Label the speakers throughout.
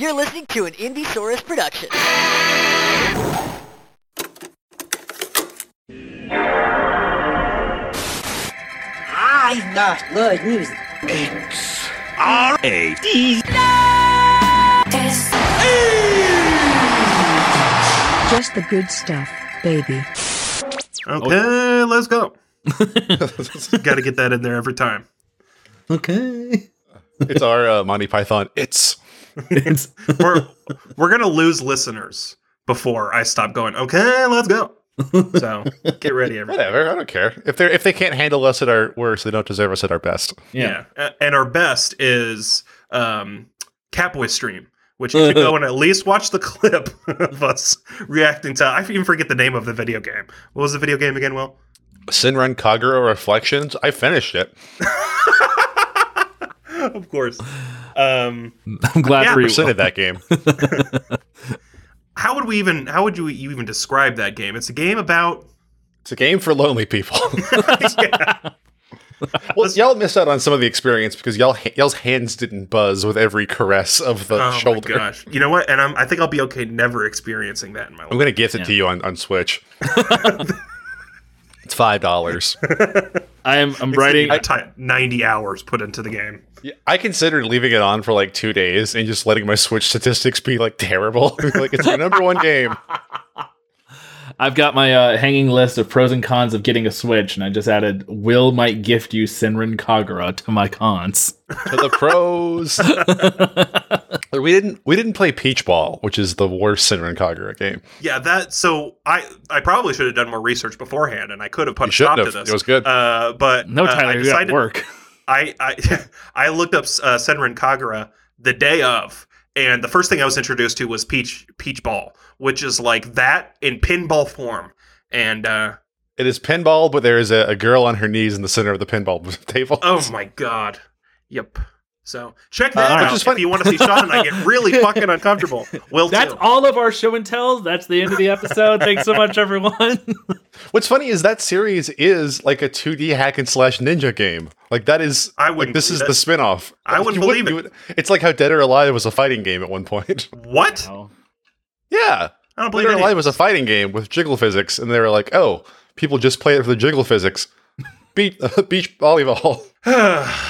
Speaker 1: You're listening to an Indiesaurus production.
Speaker 2: I've got good news.
Speaker 3: R A D.
Speaker 4: Just the good stuff, baby.
Speaker 5: Okay, let's go. Got to Oh, get that in there every time.
Speaker 6: Okay.
Speaker 7: it's our uh, Monty Python. It's
Speaker 6: It's
Speaker 5: We're we're gonna lose listeners before I stop going. Okay, let's go. So get ready, everybody.
Speaker 7: whatever. I don't care if they if they can't handle us at our worst, they don't deserve us at our best.
Speaker 5: Yeah. A- And our best is um, Catboy Stream, which you should go and at least watch the clip of us reacting to. I even forget the name of the video game. What was the video game again, Will?
Speaker 7: Sinran Kagura Reflections. I finished it.
Speaker 5: Of course. Um,
Speaker 6: I'm glad
Speaker 5: Yeah,
Speaker 6: for you.
Speaker 7: Presented that game.
Speaker 5: how would we even? How would you you even describe that game? It's a game about.
Speaker 7: It's a game for lonely people. Well, y'all missed out on some of the experience because y'all y'all's hands didn't buzz with every caress of the
Speaker 5: Oh
Speaker 7: shoulder.
Speaker 5: my gosh! You know what? And I'm, I think I'll be okay never experiencing that in my life.
Speaker 7: I'm gonna gift it to you on on Switch. it's five dollars.
Speaker 6: I'm I'm
Speaker 5: Writing
Speaker 6: writing.
Speaker 5: ninety hours put into the game.
Speaker 7: I considered leaving it on for like two days and just letting my Switch statistics be like terrible. like it's my number one game.
Speaker 6: I've got my uh, hanging list of pros and cons of getting a Switch, and I just added Will might gift you Senran Kagura to my cons.
Speaker 7: to the pros. we didn't we didn't play Peach Ball, which is the worst Sinran Kagura game.
Speaker 5: Yeah, that. So I I probably should have done more research beforehand, and I could have put
Speaker 7: You
Speaker 5: a stop
Speaker 7: shouldn't
Speaker 5: to
Speaker 7: have.
Speaker 5: this.
Speaker 7: It was good.
Speaker 5: Uh, but
Speaker 6: No,
Speaker 5: uh,
Speaker 6: Tyler,
Speaker 5: I
Speaker 6: you got work.
Speaker 5: I I, I looked up uh, Senran Kagura the day of, and the first thing I was introduced to was Peach Peach Ball, which is like that in pinball form. And uh,
Speaker 7: It is pinball, but there is a, a girl on her knees in the center of the pinball table.
Speaker 5: oh my god, yep. So check
Speaker 7: Uh,
Speaker 5: that
Speaker 7: which
Speaker 5: out
Speaker 7: is
Speaker 5: if
Speaker 7: funny.
Speaker 5: you want to see Sean and I get really fucking uncomfortable. Will
Speaker 6: That's
Speaker 5: too.
Speaker 6: all of our show and tells. That's the end of the episode. Thanks so much, everyone.
Speaker 7: What's funny is that series is like a 2D hack and slash ninja game. Like that is
Speaker 5: I
Speaker 7: like,
Speaker 5: wouldn't
Speaker 7: this is
Speaker 5: believe
Speaker 7: the
Speaker 5: it.
Speaker 7: spin-off.
Speaker 5: I wouldn't
Speaker 7: You
Speaker 5: believe
Speaker 7: you it's like how Dead or Alive was a fighting game at one point.
Speaker 5: what?
Speaker 7: yeah.
Speaker 5: I don't believe
Speaker 7: Dead or
Speaker 5: it.
Speaker 7: Alive was a fighting game with jiggle physics, and they were like, oh, people just play it for the jiggle physics. Beach, beach volleyball.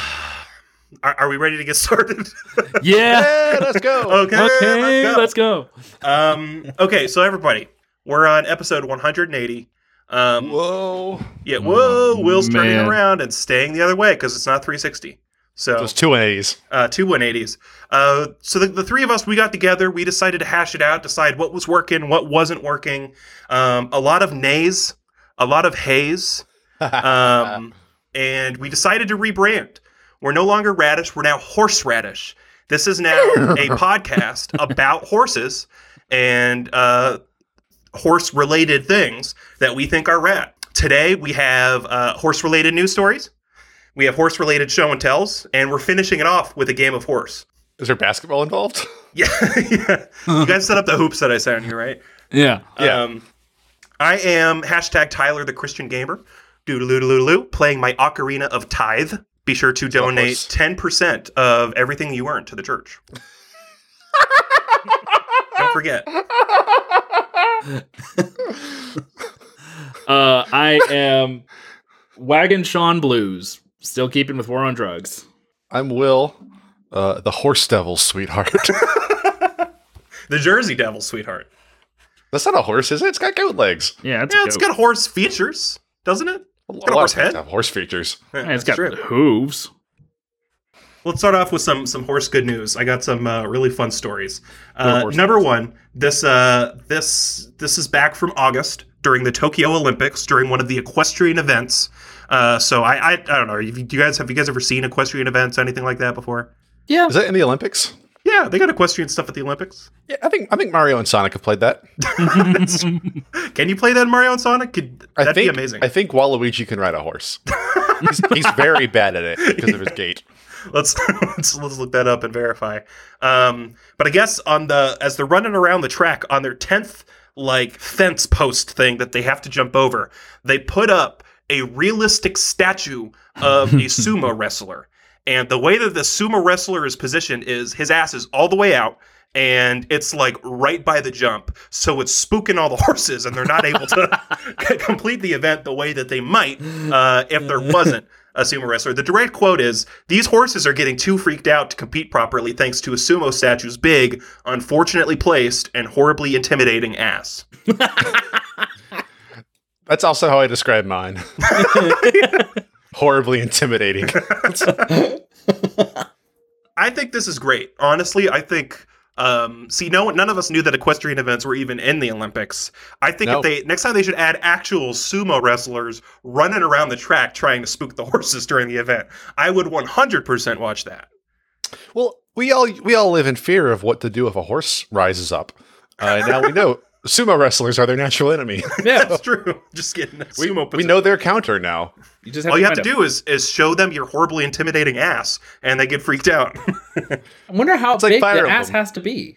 Speaker 5: Are, are we ready to get started?
Speaker 6: Yeah.
Speaker 7: yeah, let's go.
Speaker 5: okay,
Speaker 6: Okay,
Speaker 5: let's go.
Speaker 6: let's go.
Speaker 5: Um, okay, so everybody, we're on episode 180. Um,
Speaker 7: Whoa.
Speaker 5: yeah, whoa, Will's
Speaker 6: man.
Speaker 5: turning around and staying the other way because it's not 360. So
Speaker 7: Those two A's.
Speaker 5: uh, two 180s. Uh, so the, the three of us, we got together. We decided to hash it out, decide what was working, what wasn't working. Um, a lot of nays, a lot of hays. Um, and we decided to rebrand. We're no longer Radish. We're now Horseradish. This is now a podcast about horses and uh, horse related things that we think are rad. Today, we have uh, horse related news stories. We have horse related show and tells, and we're finishing it off with a game of horse.
Speaker 7: Is there basketball involved?
Speaker 5: Yeah. yeah. You guys set up the hoops that I sent you, right?
Speaker 6: Yeah.
Speaker 7: Yeah.
Speaker 5: Um, I am hashtag Tyler the Christian Gamer, doodaloo playing my Ocarina of Tithe. Be sure to donate
Speaker 7: horse.
Speaker 5: 10% of everything you earn to the church. Don't forget.
Speaker 6: Uh, I am Wagon Sean Blues, still keeping with War on Drugs.
Speaker 7: I'm Will, uh, the horse devil's sweetheart.
Speaker 5: The Jersey Devil, sweetheart.
Speaker 7: That's not a horse, is it? It's got goat legs.
Speaker 6: Yeah, it's,
Speaker 5: Yeah,
Speaker 6: a
Speaker 5: it's
Speaker 6: goat.
Speaker 5: got horse features, doesn't it?
Speaker 7: A
Speaker 5: got a horse
Speaker 7: things
Speaker 5: head.
Speaker 7: have horse features.
Speaker 6: Yeah, it's
Speaker 5: That's
Speaker 6: got
Speaker 5: true.
Speaker 6: hooves.
Speaker 5: Let's start off with some some horse good news. I got some uh, really fun stories. Uh,
Speaker 7: horse
Speaker 5: number one, this uh, this this is back from August during the Tokyo Olympics during one of the equestrian events. Uh, so I, I I don't know. if you- Do you guys have you guys ever seen equestrian events anything like that before?
Speaker 6: Yeah.
Speaker 7: Is that in the Olympics?
Speaker 5: Yeah, they got equestrian stuff at the Olympics.
Speaker 7: Yeah, I think I think Mario and Sonic have played that.
Speaker 5: Can you play that in Mario and Sonic? Could
Speaker 7: I
Speaker 5: that'd
Speaker 7: think,
Speaker 5: be amazing?
Speaker 7: I think Waluigi can ride a horse. he's, he's very bad at it because of his gait.
Speaker 5: let's, let's let's look that up and verify. Um, but I guess on the as they're running around the track on their tenth like fence post thing that they have to jump over, they put up a realistic statue of a sumo wrestler. And the way that the sumo wrestler is positioned is his ass is all the way out, and it's like right by the jump. So it's spooking all the horses, and they're not able to complete the event the way that they might uh, if there wasn't a sumo wrestler. The direct quote is These horses are getting too freaked out to compete properly thanks to a sumo statue's big, unfortunately placed, and horribly intimidating ass.
Speaker 7: That's also how I describe mine. Horribly intimidating.
Speaker 5: I think this is great. Honestly, I think. Um, see, no, none of us knew that equestrian events were even in the Olympics. I think
Speaker 7: No.
Speaker 5: if they next time they should add actual sumo wrestlers running around the track trying to spook the horses during the event. I would 100% watch that.
Speaker 7: Well, we all we all live in fear of what to do if a horse rises up. Uh, now we know sumo wrestlers are their natural enemy.
Speaker 6: Yeah,
Speaker 5: That's true. Just getting a
Speaker 7: We,
Speaker 5: sumo.
Speaker 7: we
Speaker 5: position.
Speaker 7: know their counter now.
Speaker 6: you just
Speaker 5: All you have to
Speaker 6: find a-
Speaker 5: do is is show them your horribly intimidating ass, and they get freaked out.
Speaker 6: I wonder how
Speaker 7: like
Speaker 6: big
Speaker 7: Fire
Speaker 6: the ass
Speaker 7: Emblem.
Speaker 6: has to be.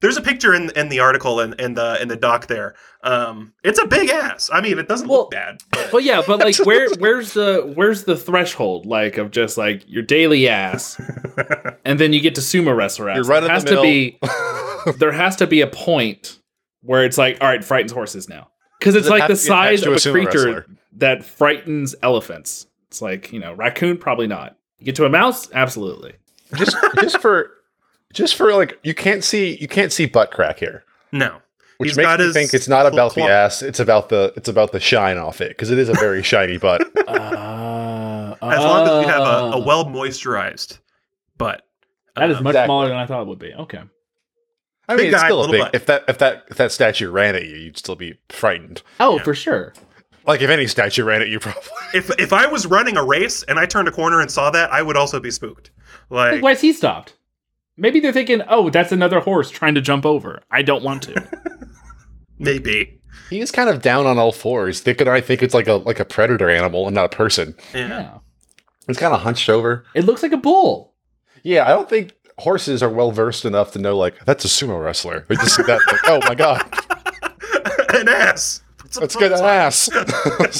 Speaker 5: There's a picture in in the article and in, the in the doc there. Um, it's a big ass. I mean, it doesn't
Speaker 6: Well-
Speaker 5: look bad.
Speaker 6: But yeah, but like, where where's the where's the threshold? Like of just like your daily ass, and then you get to sumo wrestler ass.
Speaker 7: You're right
Speaker 6: there
Speaker 7: in
Speaker 6: has
Speaker 7: the
Speaker 6: to be there has to be a point where it's like, all right, frightens horses now because it's
Speaker 7: it
Speaker 6: like
Speaker 7: have
Speaker 6: the
Speaker 7: to be attached
Speaker 6: size
Speaker 7: to
Speaker 6: of
Speaker 7: a
Speaker 6: a
Speaker 7: sumo
Speaker 6: creature
Speaker 7: wrestler?
Speaker 6: that frightens elephants. It's like you know, raccoon probably not. You get to a mouse, absolutely.
Speaker 7: just just for just for like you can't see you can't see butt crack here,
Speaker 5: No,
Speaker 7: which
Speaker 5: He's
Speaker 7: makes
Speaker 5: got
Speaker 7: me
Speaker 5: his
Speaker 7: think it's not about
Speaker 5: claw-
Speaker 7: the ass. It's about the it's about the shine off it because it is a very shiny butt.
Speaker 6: Uh,
Speaker 5: as long as we have a, a
Speaker 6: Ah.
Speaker 5: well moisturized butt.
Speaker 6: that is much
Speaker 7: Exactly.
Speaker 6: smaller than I thought it would be. Okay.
Speaker 7: I
Speaker 5: Big
Speaker 7: mean, it's
Speaker 5: guy,
Speaker 7: still a
Speaker 5: little
Speaker 7: big.
Speaker 5: butt.
Speaker 7: If that if that if that statue ran at you, you'd still be frightened.
Speaker 6: Oh, for sure.
Speaker 7: Like if any statue ran at you, probably.
Speaker 5: If if I was running a race and I turned a corner and saw that, I would also be spooked. Like,
Speaker 6: Like, why is he stopped? Maybe they're thinking, oh, that's another horse trying to jump over. I don't want to.
Speaker 5: maybe.
Speaker 7: He is kind of down on all fours. Dick and I think it's like a like a predator animal and not a person.
Speaker 5: Yeah.
Speaker 6: yeah.
Speaker 7: It's kind of hunched over.
Speaker 6: It looks like a bull.
Speaker 7: Yeah, I don't think horses are well versed enough to know like that's a sumo wrestler. They just see that like, oh my god,
Speaker 5: An ass. Put some
Speaker 7: let's get
Speaker 5: clothes
Speaker 7: an
Speaker 5: on.
Speaker 7: ass.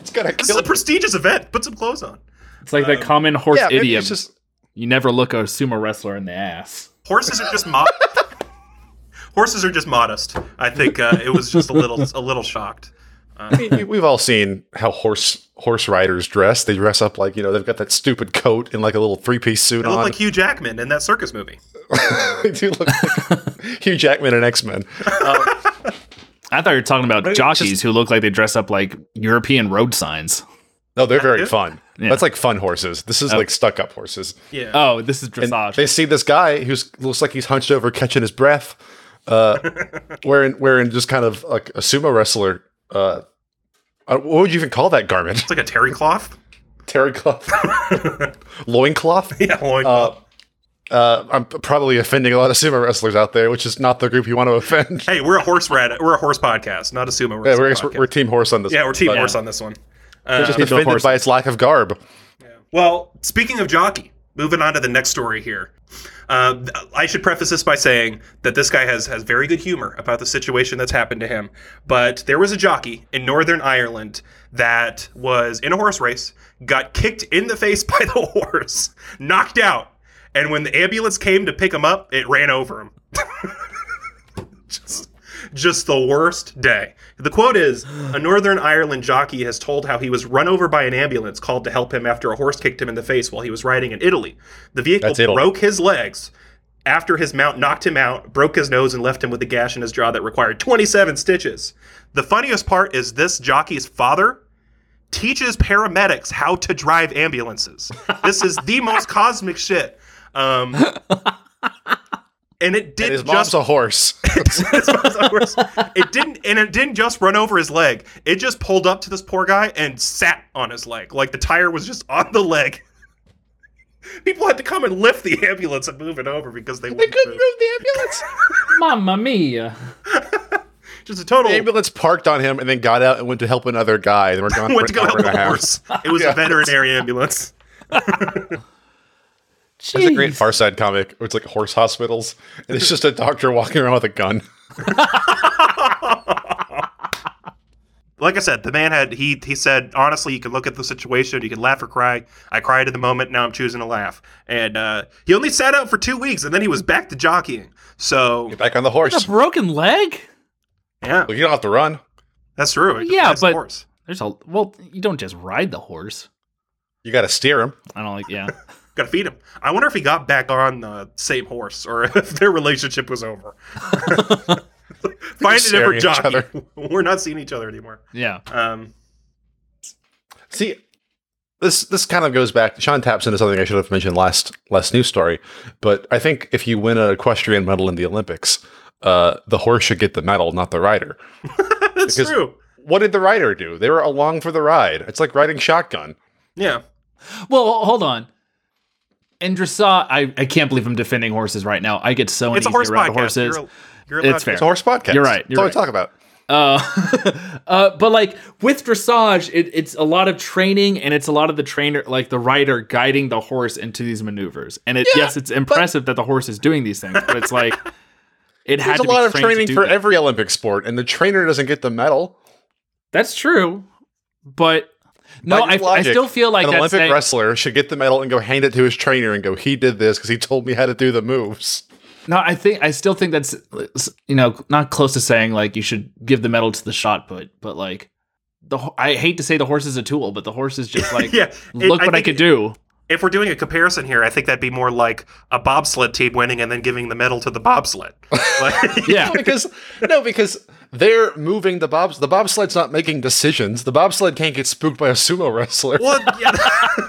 Speaker 7: it's gonna
Speaker 5: This is
Speaker 7: kill.
Speaker 5: a prestigious event. Put some clothes on.
Speaker 6: It's like the common horse
Speaker 7: Yeah, maybe
Speaker 6: idiom.
Speaker 7: it's just
Speaker 6: you never look a sumo wrestler in the ass.
Speaker 5: Horses are just mo- Horses are just modest. I think uh, it was just a little a little shocked.
Speaker 7: we- we've all seen how horse horse riders dress. They dress up like you know they've got that stupid coat and like a little three piece suit
Speaker 5: It looked
Speaker 7: on.
Speaker 5: like Hugh Jackman in that circus movie.
Speaker 7: they do look like Hugh Jackman and X Men.
Speaker 6: I thought you were talking about
Speaker 5: it's
Speaker 6: jockeys who look like they dress up like European road signs.
Speaker 7: No, they're very
Speaker 5: Active?
Speaker 7: fun. That's like fun horses. This is like stuck up horses.
Speaker 5: Yeah.
Speaker 6: Oh, this is dressage.
Speaker 7: They see this guy who looks like he's hunched over, catching his breath, uh, wearing wearing just kind of like a sumo wrestler. Uh, uh, what would you even call that garment?
Speaker 5: It's like a terry cloth.
Speaker 7: Terry cloth, loincloth.
Speaker 5: Yeah, loincloth.
Speaker 7: Uh, I'm probably offending a lot of sumo wrestlers out there, which is not the group you want to offend.
Speaker 5: hey, we're a horse rat. We're a horse podcast, not a sumo.
Speaker 7: Yeah,
Speaker 5: wrestling
Speaker 7: we're,
Speaker 5: podcast.
Speaker 7: we're, we're team horse on this.
Speaker 5: yeah, we're team
Speaker 7: but
Speaker 5: horse on this one.
Speaker 7: they're just
Speaker 6: Team
Speaker 7: offended
Speaker 6: horse.
Speaker 7: by its lack of garb.
Speaker 5: Well, speaking of jockey, moving on to the next story here. Uh, th- I should preface this by saying that this guy has has very good humor about the situation that's happened to him. But there was a jockey in Northern Ireland that was in a horse race, got kicked in the face by the horse, knocked out, and when the ambulance came to pick him up, it ran over him. just, just the worst day. The quote is A Northern Ireland jockey has told how he was run over by an ambulance called to help him after a horse kicked him in the face while he was riding in Italy. The vehicle
Speaker 7: That's Italy.
Speaker 5: broke his legs after his mount knocked him out, broke his nose, and left him with a gash in his jaw that required 27 stitches. The funniest part is this jockey's father teaches paramedics how to drive ambulances. This is the most cosmic shit. Um, and it
Speaker 7: And
Speaker 5: did
Speaker 7: his mom's
Speaker 5: just
Speaker 7: a horse.
Speaker 5: That's what was the worst. it didn't and it didn't just run over his leg. It just pulled up to this poor guy and sat on his leg. Like the tire was just on the leg. People had to come and lift the ambulance and move it over because they,
Speaker 7: they
Speaker 5: wouldn't
Speaker 7: couldn't
Speaker 5: move.
Speaker 7: move the ambulance.
Speaker 6: Mamma mia.
Speaker 5: Just a total
Speaker 7: The ambulance parked on him and then got out and went to help another guy. They were gone
Speaker 5: went
Speaker 7: for
Speaker 5: to
Speaker 7: an
Speaker 5: go
Speaker 7: hour
Speaker 5: help
Speaker 7: and a
Speaker 5: the
Speaker 7: half.
Speaker 5: horse. It was a veterinary ambulance.
Speaker 7: There's a great Far Side comic where it's like horse hospitals, and it's just a doctor walking around with a gun.
Speaker 5: like I said, the man had he he said honestly, you can look at the situation, you can laugh or cry. I cried at the moment. Now I'm choosing to laugh. And uh, he only sat out for two weeks, and then he was back to jockeying. So
Speaker 7: Get back on the horse.
Speaker 6: A broken leg?
Speaker 5: yeah,
Speaker 7: Look, you don't have to run.
Speaker 5: that's true. It
Speaker 6: Yeah,
Speaker 5: depends, of
Speaker 6: but-
Speaker 5: course.
Speaker 6: There's a well. You don't just ride the horse.
Speaker 7: You got to steer him.
Speaker 6: I don't like. Yeah.
Speaker 5: gotta feed him. I wonder if he got back on the same horse, or if their relationship was over. Find a
Speaker 7: staring
Speaker 5: different
Speaker 7: at each
Speaker 5: jockey.
Speaker 7: other.
Speaker 5: We're not seeing each other anymore.
Speaker 6: Yeah.
Speaker 5: Um,
Speaker 7: See, this this kind of goes back. Sean taps into something I should have mentioned last last news story, but I think if you win an equestrian medal in the Olympics, uh, the horse should get the medal, not the rider.
Speaker 5: that's
Speaker 7: Because-
Speaker 5: true.
Speaker 7: What did the rider do? They were along for the ride. It's like riding shotgun.
Speaker 5: Yeah.
Speaker 6: Well, well, hold on. And Dressage, I, I can't believe I'm defending horses right now. I get so
Speaker 5: It's a
Speaker 6: uneasy
Speaker 5: horse
Speaker 6: around
Speaker 5: podcast.
Speaker 6: horses.
Speaker 5: You're, you're
Speaker 6: It's
Speaker 5: allowed to-
Speaker 6: fair.
Speaker 7: It's a horse podcast.
Speaker 6: You're right,
Speaker 7: That's
Speaker 6: you're
Speaker 7: all we
Speaker 6: right.
Speaker 7: talk about.
Speaker 6: uh, uh, but like with dressage, it, it's a lot of training, and it's a lot of the trainer, like the rider, guiding the horse into these maneuvers. And it, yes, it's impressive that the horse is doing these things, but it's like it had
Speaker 7: There's
Speaker 6: to
Speaker 7: a
Speaker 6: be
Speaker 7: lot of
Speaker 6: trained to
Speaker 7: training
Speaker 6: do
Speaker 7: for
Speaker 6: that.
Speaker 7: every Olympic sport, and the trainer doesn't get the medal.
Speaker 6: That's true, but no,
Speaker 7: By
Speaker 6: I,
Speaker 7: your
Speaker 6: I
Speaker 7: logic,
Speaker 6: still feel like
Speaker 7: an
Speaker 6: that's
Speaker 7: Olympic
Speaker 6: saying-
Speaker 7: wrestler should get the medal and go hand it to his trainer and go, "He did this because he told me how to do the moves."
Speaker 6: No, I think I still think that's you know not close to saying like you should give the medal to the shot put, but like the ho- I hate to say the horse is a tool, but the horse is just like
Speaker 5: Yeah, it-
Speaker 6: look
Speaker 5: I
Speaker 6: what I
Speaker 5: think-
Speaker 6: could do.
Speaker 5: If we're doing a comparison here, I think that'd be more like a bobsled team winning and then giving the medal to the bobsled. Like-
Speaker 6: Yeah,
Speaker 7: No, because no, because they're moving the bobs. The bobsled's not making decisions. The bobsled can't get spooked by a sumo wrestler.
Speaker 5: Well, yeah,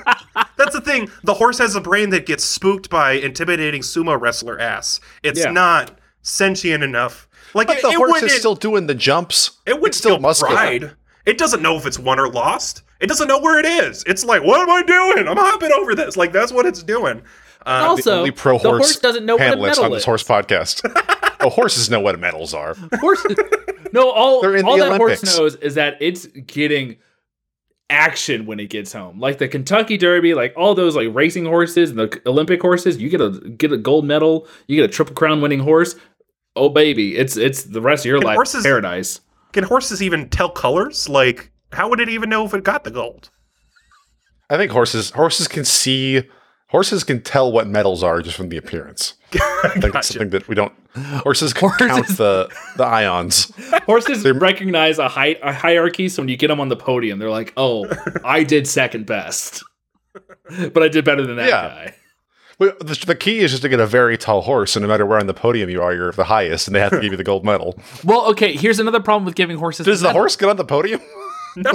Speaker 5: that's the thing. The horse has a brain that gets spooked by intimidating sumo wrestler ass. It's
Speaker 6: Yeah.
Speaker 5: not sentient enough. Like
Speaker 7: But
Speaker 5: it,
Speaker 7: the
Speaker 5: it
Speaker 7: horse
Speaker 5: wouldn't,
Speaker 7: is still doing the jumps.
Speaker 5: it would
Speaker 7: It's still muscular.
Speaker 5: ride. It doesn't know if it's won or lost. It doesn't know where it is. It's like, what am I doing? I'm hopping over this. Like that's what it's doing. Uh,
Speaker 7: The
Speaker 6: also
Speaker 7: only pro
Speaker 6: the
Speaker 7: horse,
Speaker 6: horse doesn't know what a
Speaker 7: panelists
Speaker 6: medal
Speaker 7: on this
Speaker 6: is.
Speaker 7: horse podcast. oh, horses know what medals are.
Speaker 6: Horse, no, all
Speaker 7: They're in
Speaker 6: all
Speaker 7: the
Speaker 6: that
Speaker 7: Olympics.
Speaker 6: horse knows is that it's getting action when it gets home, like the Kentucky Derby, like all those like racing horses and the Olympic horses. You get a get a gold medal, you get a triple crown winning horse. Oh baby, it's it's the rest of your
Speaker 5: Can
Speaker 6: life
Speaker 5: horses-
Speaker 6: paradise.
Speaker 5: Can horses even tell colors? Like, how would it even know if it got the gold?
Speaker 7: I think horses horses can see horses can tell what metals are just from the appearance. I think that's something that we don't horses can count the the ions.
Speaker 6: Horses recognize a, hi- a hierarchy, so when you get them on the podium, they're like, "Oh, I did second best, but I did better than that
Speaker 7: Yeah.
Speaker 6: guy."
Speaker 7: Well, The, the key is just to get a very tall horse, and no matter where on the podium you are, you're the highest, and they have to give you the gold medal.
Speaker 6: Well, okay. Here's another problem with giving horses.
Speaker 7: Does the
Speaker 6: medals.
Speaker 7: horse get on the podium?
Speaker 5: No,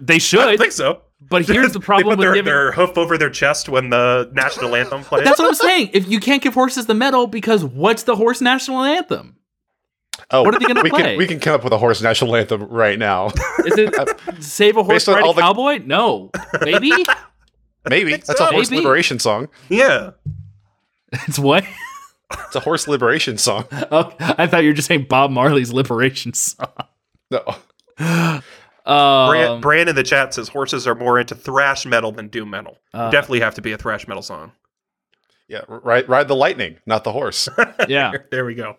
Speaker 6: They
Speaker 5: I
Speaker 6: should,
Speaker 5: don't think so.
Speaker 6: but here's the problem
Speaker 5: they put
Speaker 6: with
Speaker 5: their,
Speaker 6: giving.
Speaker 5: their hoof over their chest when the national anthem plays.
Speaker 6: That's what I'm saying. If you can't give horses the medal, because what's the horse national anthem?
Speaker 7: Oh,
Speaker 6: What are they gonna
Speaker 7: we
Speaker 6: play?
Speaker 7: Can, we can come up with a horse national anthem right now.
Speaker 6: Is it "Save a Horse,
Speaker 7: Based on
Speaker 6: Ride
Speaker 7: all
Speaker 6: a
Speaker 7: the-
Speaker 6: Cowboy"? No, maybe
Speaker 7: Maybe that's a
Speaker 5: so.
Speaker 7: horse
Speaker 6: Maybe.
Speaker 7: liberation song.
Speaker 5: yeah.
Speaker 6: it's what.
Speaker 7: It's a horse liberation song.
Speaker 6: Oh, I thought you were just saying Bob Marley's Liberation song.
Speaker 7: No,
Speaker 5: Brand,
Speaker 6: Um,
Speaker 5: Brand in the chat says horses are more into thrash metal than doom metal. Definitely have to be a thrash metal song.
Speaker 7: yeah, ride ride the lightning, not the horse.
Speaker 6: yeah.
Speaker 5: There we go.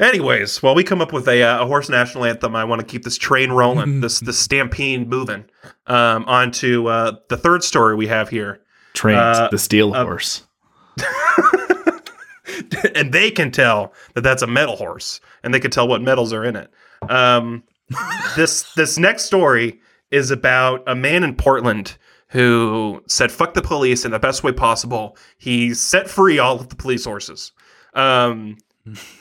Speaker 5: Anyways, while we come up with a, uh, a horse national anthem, I want to keep this train rolling, this this stampede moving um, onto uh, the third story we have here,
Speaker 6: Trains,
Speaker 5: Uh,
Speaker 6: the steel horse.
Speaker 5: and they can tell that that's a metal horse, and they can tell what metals are in it. Um, this this next story is about a man in Portland who said "fuck the police" in the best way possible. He set free all of the police horses. Um,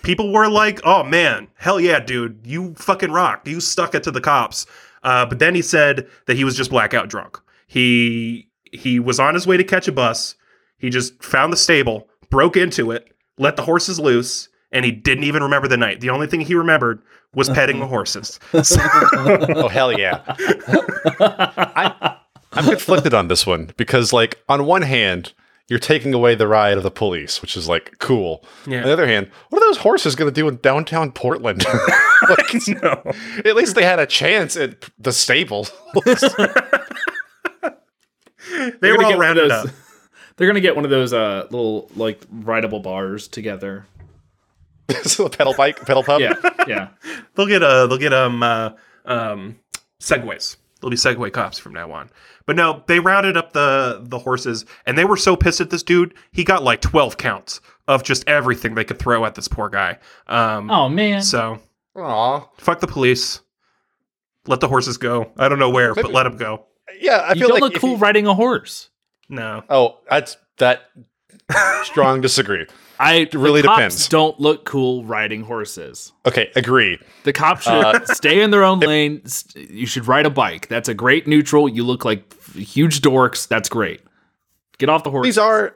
Speaker 5: people were like, "Oh man, hell yeah, dude, you fucking rock. You stuck it to the cops." Uh, but then he said that he was just blackout drunk. He he was on his way to catch a bus. He just found the stable, broke into it, let the horses loose, and he didn't even remember the night. The only thing he remembered was
Speaker 6: Uh-huh.
Speaker 5: petting the horses.
Speaker 7: oh hell yeah! I, I'm conflicted on this one because, like, on one hand, you're taking away the ride of the police, which is like cool. On the other hand, what are those horses going to do in downtown Portland? like, At least they had a chance at the stable.
Speaker 5: They were
Speaker 6: gonna
Speaker 5: all
Speaker 6: get one of
Speaker 5: rounded
Speaker 6: those-
Speaker 5: up.
Speaker 6: They're gonna get one of those uh, little like rideable bars together.
Speaker 7: so a pedal bike, pedal pub.
Speaker 6: Yeah, yeah.
Speaker 5: They'll get a they'll get um uh, um, segways. They'll be Segway cops from now on. But no, they rounded up the the horses, and they were so pissed at this dude. He got like twelve counts of just everything they could throw at this poor guy. Um,
Speaker 6: Oh man.
Speaker 5: So
Speaker 7: Aw.
Speaker 5: fuck the police. Let the horses go. I don't know where, but
Speaker 7: Maybe-
Speaker 5: let them go.
Speaker 7: Yeah, I
Speaker 6: you
Speaker 7: feel
Speaker 6: don't
Speaker 7: like
Speaker 6: look
Speaker 7: if
Speaker 6: cool
Speaker 7: you-
Speaker 6: riding a horse.
Speaker 5: No,
Speaker 7: Oh, that's that strong disagree.
Speaker 6: I
Speaker 7: really
Speaker 6: the cops
Speaker 7: depends.
Speaker 6: Don't look cool riding horses.
Speaker 7: Okay, agree.
Speaker 6: The cops should
Speaker 7: Uh,
Speaker 6: stay in their own lane. S- You should ride a bike. That's a great neutral. You look like f- huge dorks. That's great. Get off the horse.
Speaker 7: These are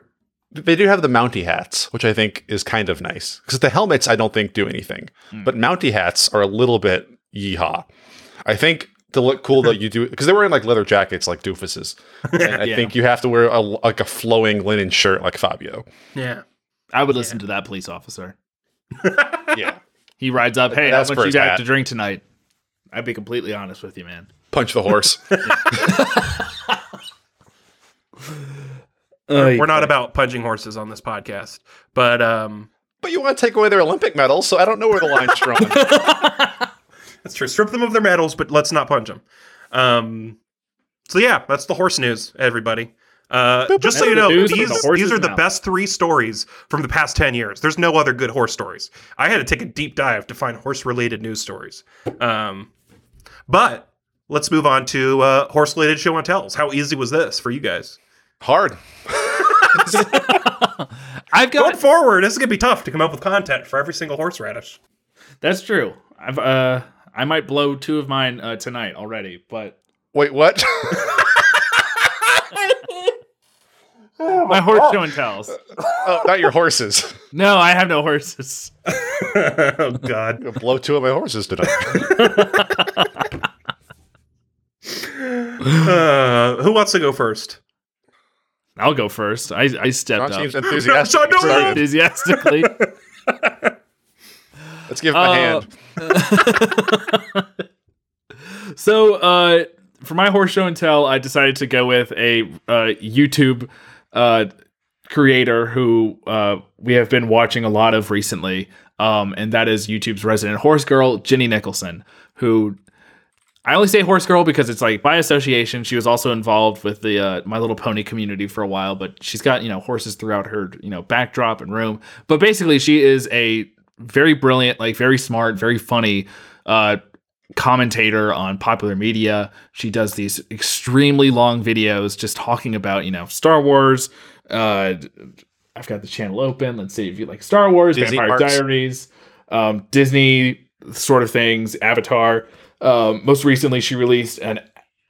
Speaker 7: they do have the Mountie hats, which I think is kind of nice because the helmets I don't think do anything,
Speaker 6: Hmm.
Speaker 7: but Mountie hats are a little bit yeehaw. I think to look cool though, you do because they were in like leather jackets, like doofuses. And I
Speaker 6: Yeah.
Speaker 7: think you have to wear a, like a flowing linen shirt, like Fabio.
Speaker 5: yeah,
Speaker 6: I would listen to that police officer.
Speaker 7: Yeah,
Speaker 6: He rides up. Hey, how
Speaker 7: That's
Speaker 6: much
Speaker 7: for
Speaker 6: you
Speaker 7: his
Speaker 6: got
Speaker 7: hat.
Speaker 6: to drink tonight? I'd be completely honest with you, man.
Speaker 7: punch the horse.
Speaker 5: we're not about punching horses on this podcast. But um,
Speaker 7: but you want to take away their Olympic medals, so I don't know where the line's drawn.
Speaker 5: that's true. Strip them of their medals, but let's not punch them. Um, so yeah, that's the horse news, everybody. Uh, just so
Speaker 6: That's
Speaker 5: you
Speaker 6: the
Speaker 5: know,
Speaker 6: news
Speaker 5: these
Speaker 6: from the
Speaker 5: these
Speaker 6: horse's
Speaker 5: are the
Speaker 6: mouth.
Speaker 5: best three stories from the past ten years. There's no other good horse stories. I had to take a deep dive to find horse related news stories. Um, but let's move on to uh, horse related show and tells. How easy was this for you guys?
Speaker 7: Hard.
Speaker 6: I've got
Speaker 5: Going forward, this is gonna be tough to come up with content for every single horseradish.
Speaker 6: That's true. I've uh I might blow two of mine uh, tonight already, but
Speaker 7: Wait, what?
Speaker 6: my horse show and tells.
Speaker 7: oh, not your horses.
Speaker 6: No, I have no horses.
Speaker 5: oh God.
Speaker 7: Blow two of my horses tonight.
Speaker 5: Uh, who wants to go first?
Speaker 6: I'll go first. I I
Speaker 7: John
Speaker 6: stepped up
Speaker 7: seems enthusiastic.
Speaker 5: John, don't
Speaker 7: Sorry.
Speaker 5: move.
Speaker 6: enthusiastically.
Speaker 7: Let's give him a
Speaker 6: Uh,
Speaker 7: hand.
Speaker 6: so uh for my horse show and tell, I decided to go with a uh YouTube uh creator who uh we have been watching a lot of recently. Um and that is YouTube's resident horse girl, Jenny Nicholson, who I only say horse girl because it's like by association. She was also involved with the uh, My Little Pony community for a while, but she's got you know horses throughout her you know backdrop and room. But basically, she is a very brilliant, like very smart, very funny uh, commentator on popular media. She does these extremely long videos just talking about you know Star Wars. Uh, I've got the channel open. Let's see if you like Star Wars,
Speaker 7: Disney
Speaker 6: Vampire
Speaker 7: parks.
Speaker 6: Diaries, um, Disney sort of things, Avatar. Um, most recently, she released an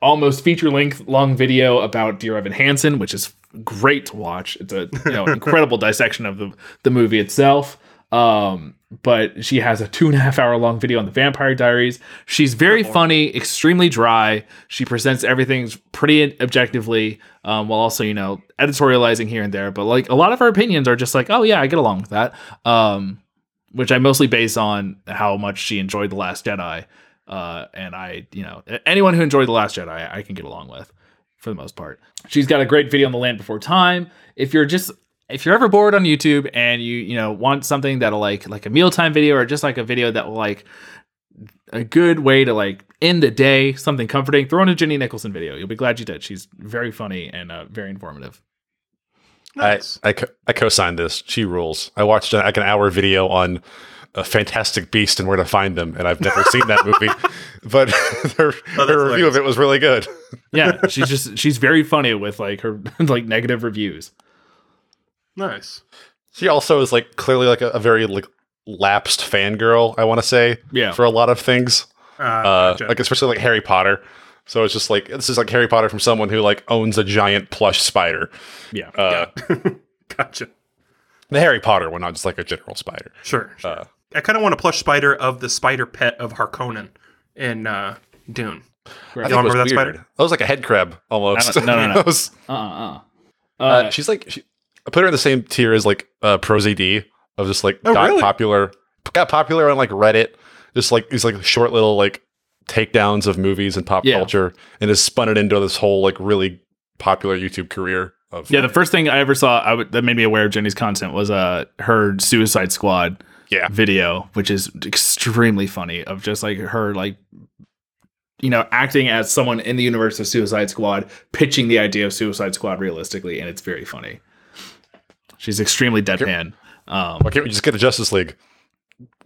Speaker 6: almost feature length long video about Dear Evan Hansen, which is great to watch. It's a you know incredible dissection of the the movie itself. Um, but she has a two and a half hour long video on the Vampire Diaries. She's very funny, extremely dry. She presents everything pretty objectively, um, while also you know editorializing here and there. But like a lot of her opinions are just like, oh yeah, I get along with that. Um, which I mostly base on how much she enjoyed The Last Jedi. Uh, and I, you know, anyone who enjoyed The Last Jedi, I can get along with for the most part. She's got a great video on The Land Before Time. If you're just if you're ever bored on YouTube and you you know want something that'll like like a mealtime video or just like a video that will like a good way to like end the day, something comforting, throw in a Jenny Nicholson video. You'll be glad you did. She's very funny and uh, very informative.
Speaker 5: Nice.
Speaker 7: I, I, co- I co-signed this. She rules. I watched uh, like an hour video on a Fantastic Beast and where to find them, and I've never seen that movie, but
Speaker 6: Oh,
Speaker 7: her, her review of it was really good.
Speaker 6: Yeah, she's just she's very funny with like her like negative reviews.
Speaker 5: Nice.
Speaker 7: She also is like clearly like a, a very like lapsed fangirl. I want to say
Speaker 6: Yeah.
Speaker 7: for a lot of things,
Speaker 5: Uh,
Speaker 7: uh,
Speaker 5: gotcha.
Speaker 7: like especially like Harry Potter. So it's just like this is like Harry Potter from someone who like owns a giant plush spider.
Speaker 6: Yeah.
Speaker 7: Uh,
Speaker 5: gotcha.
Speaker 7: The Harry Potter one, not just like a general spider.
Speaker 5: Sure.
Speaker 6: Uh,
Speaker 5: sure. I kind of want a plush spider of the spider pet of Harkonnen in uh, Dune.
Speaker 7: I
Speaker 5: Y'all
Speaker 7: think it was
Speaker 5: remember that
Speaker 7: weird.
Speaker 5: spider?
Speaker 7: That was like a head crab almost.
Speaker 6: I don't- no, no, no.
Speaker 7: That was-
Speaker 6: Uh-uh.
Speaker 7: Uh, she's like, she, I put her in the same tier as like uh, Prosy D of just like
Speaker 5: Oh,
Speaker 7: got
Speaker 5: really?
Speaker 7: popular, got popular on like Reddit. Just like these like short little like takedowns of movies and pop
Speaker 6: Yeah.
Speaker 7: culture, and has spun it into this whole like really popular YouTube career of
Speaker 6: Yeah, the first thing I ever saw I would that made me aware of Jenny's content was uh her Suicide Squad
Speaker 7: yeah.
Speaker 6: video, which is extremely funny of just like her like you know, acting as someone in the universe of Suicide Squad, pitching the idea of Suicide Squad realistically, and it's very funny. She's extremely deadpan. Um,
Speaker 7: Why can't we just get a Justice League?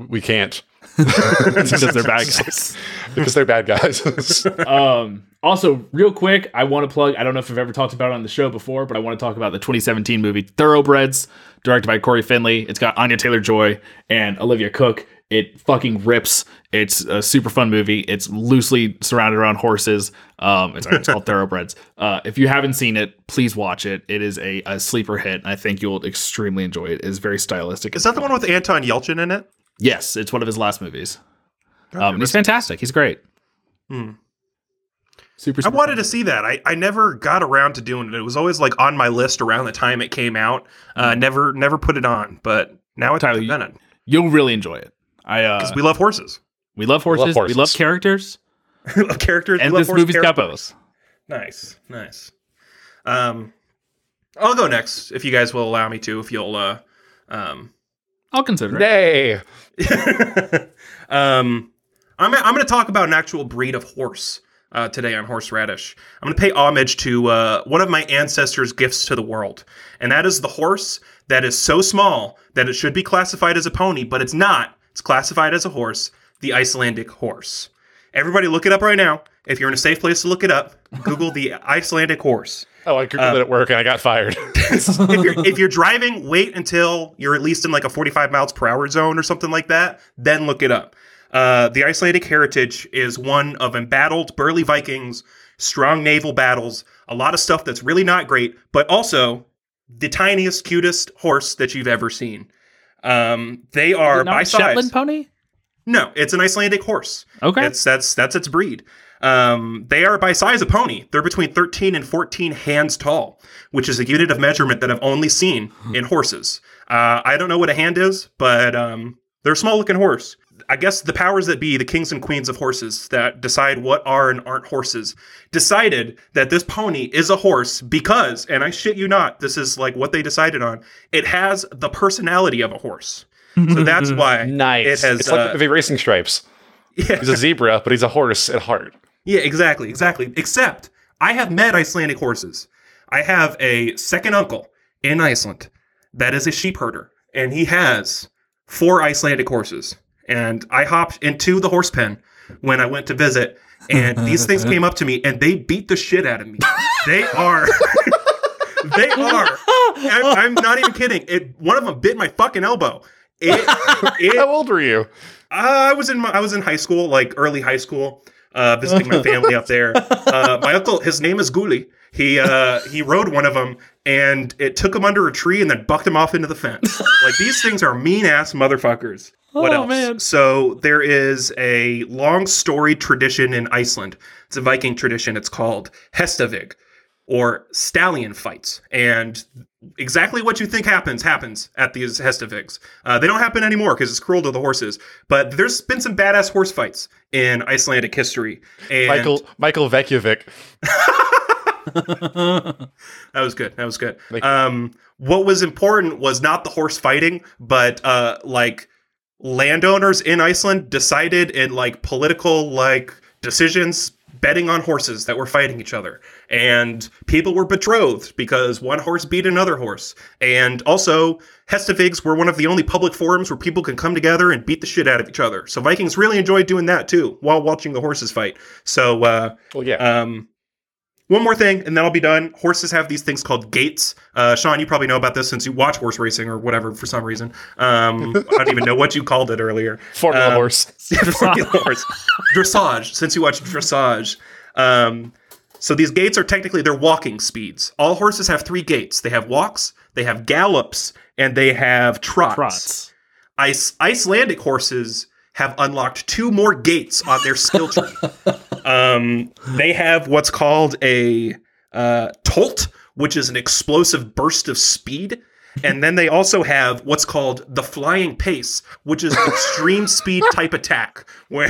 Speaker 7: We can't
Speaker 6: because they're bad guys.
Speaker 7: because they're bad guys.
Speaker 6: Um, also, real quick, I want to plug. I don't know if I've ever talked about it on the show before, but I want to talk about the 2017 movie Thoroughbreds, directed by Corey Finley. It's got Anya Taylor Joy and Olivia Cook. It fucking rips. It's a super fun movie. It's loosely surrounded around horses. Um, it's, it's called Thoroughbreds. Uh, if you haven't seen it, please watch it. It is a, a sleeper hit. And I think you'll extremely enjoy it. It's very stylistic.
Speaker 5: Is that the one with Anton Yelchin in it?
Speaker 6: Yes, it's one of his last movies. Um, and he's fantastic. He's great. Super.
Speaker 5: Hmm. I
Speaker 6: super
Speaker 5: wanted to see that. I, I never got around to doing it. It was always like on my list around the time it came out. Uh, never never put it on, but now it's
Speaker 6: Hmm. Tyler, you-
Speaker 5: done it
Speaker 6: You'll really enjoy it. I uh,
Speaker 5: because we love horses.
Speaker 6: we love horses,
Speaker 7: love horses.
Speaker 6: we love characters,
Speaker 5: we love characters. we
Speaker 6: and
Speaker 5: love
Speaker 6: this
Speaker 5: horse
Speaker 6: movie's got
Speaker 5: characters.
Speaker 6: both.
Speaker 5: Nice, nice. Um, I'll go next if you guys will allow me to. If you'll, uh, um,
Speaker 6: I'll consider it.
Speaker 7: Nay.
Speaker 5: um, I'm I'm going to talk about an actual breed of horse uh, today on horseradish. I'm going to pay homage to uh, one of my ancestors' gifts to the world, and that is the horse that is so small that it should be classified as a pony, but it's not. It's classified as a horse, the Icelandic horse. Everybody, look it up right now. If you're in a safe place to look it up, Google the Icelandic horse.
Speaker 7: Oh, I googled it at work and I got fired.
Speaker 5: if you're if you're driving, wait until you're at least in like a 45 miles per hour zone or something like that. Then look it up. Uh, the Icelandic heritage is one of embattled, burly Vikings, strong naval battles, a lot of stuff that's really not great, but also the tiniest, cutest horse that you've ever seen. Um, they are
Speaker 6: Not
Speaker 5: by
Speaker 6: a Shetland
Speaker 5: size.
Speaker 6: pony.
Speaker 5: No, it's an Icelandic horse.
Speaker 6: Okay.
Speaker 5: That's that's that's its breed. Um, they are by size a pony. They're between 13 and 14 hands tall, which is a unit of measurement that I've only seen
Speaker 7: Hmm.
Speaker 5: in horses. Uh, I don't know what a hand is, but um, they're a small looking horse. I guess the powers that be, the kings and queens of horses that decide what are and aren't horses, decided that this pony is a horse because, and I shit you not, this is like what they decided on. It has the personality of a horse. So that's why it has
Speaker 7: It's like
Speaker 5: uh,
Speaker 7: the the racing stripes. He's a zebra, but he's a horse at heart.
Speaker 5: Yeah, exactly, exactly. Except I have met Icelandic horses. I have a second uncle in Iceland that is a sheep herder, and he has four Icelandic horses. And I hopped into the horse pen when I went to visit, and these things came up to me and they beat the shit out of me. They are. They are. I'm, I'm not even kidding. It one of them bit my fucking elbow. It, it
Speaker 7: How old were you?
Speaker 5: Uh, I was in my, I was in high school, like early high school, uh, visiting my family up there. Uh, my uncle, his name is Guli. He uh, he rode one of them, and it took him under a tree, and then bucked him off into the fence. Like these things are mean ass motherfuckers. What
Speaker 6: Oh,
Speaker 5: else?
Speaker 6: man.
Speaker 5: So there is a long story tradition in Iceland. It's a Viking tradition. It's called Hestavig, or stallion fights, and exactly what you think happens happens at these Hestavigs. Uh, they don't happen anymore because it's cruel to the horses. But there's been some badass horse fights in Icelandic history. And
Speaker 7: Michael Michael Vekjovic.
Speaker 5: that was good. That was good.
Speaker 7: Thank you.
Speaker 5: Um, what was important was not the horse fighting, but uh, like landowners in Iceland decided in like political like decisions betting on horses that were fighting each other and people were betrothed because one horse beat another horse and also hestavigs were one of the only public forums where people can come together and beat the shit out of each other so vikings really enjoyed doing that too while watching the horses fight so uh,
Speaker 7: Well, yeah.
Speaker 5: um, one more thing, and then I'll be done. Horses have these things called gates. Uh, Sean, you probably know about this since you watch horse racing or whatever for some reason. Um, I don't even know what you called it earlier.
Speaker 7: Formula
Speaker 5: um,
Speaker 7: horse.
Speaker 5: Formula horse. Dressage, since you watch dressage. Um, so these gates are technically their walking speeds. All horses have three gates. They have walks, they have gallops, and they have trots.
Speaker 6: Trots.
Speaker 5: Ice- Icelandic horses have unlocked two more gates on their skill tree. Um, they have what's called a uh, tolt, which is an explosive burst of speed. And then they also have what's called the flying pace, which is extreme speed type attack, where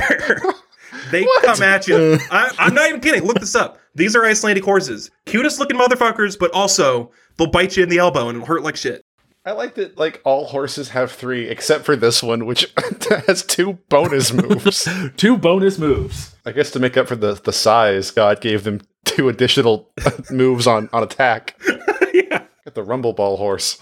Speaker 5: they come at you. I, I'm not even kidding. Look this up. These are Icelandic horses. Cutest looking motherfuckers, but also they'll bite you in the elbow and it'll hurt like shit.
Speaker 7: I like that like all horses have three except for this one, which has two bonus moves.
Speaker 6: Two bonus moves.
Speaker 7: I guess to make up for the the size, God gave them two additional moves on on attack. yeah. Got the rumble ball horse.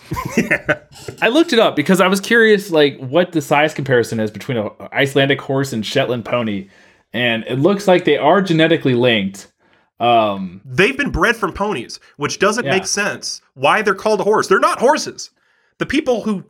Speaker 6: I looked it up because I was curious, like what the size comparison is between an Icelandic horse and Shetland pony, and it looks like they are genetically linked. Um,
Speaker 5: They've been bred from ponies, which doesn't
Speaker 6: Yeah.
Speaker 5: make sense. Why they're called a horse? They're not horses. The people who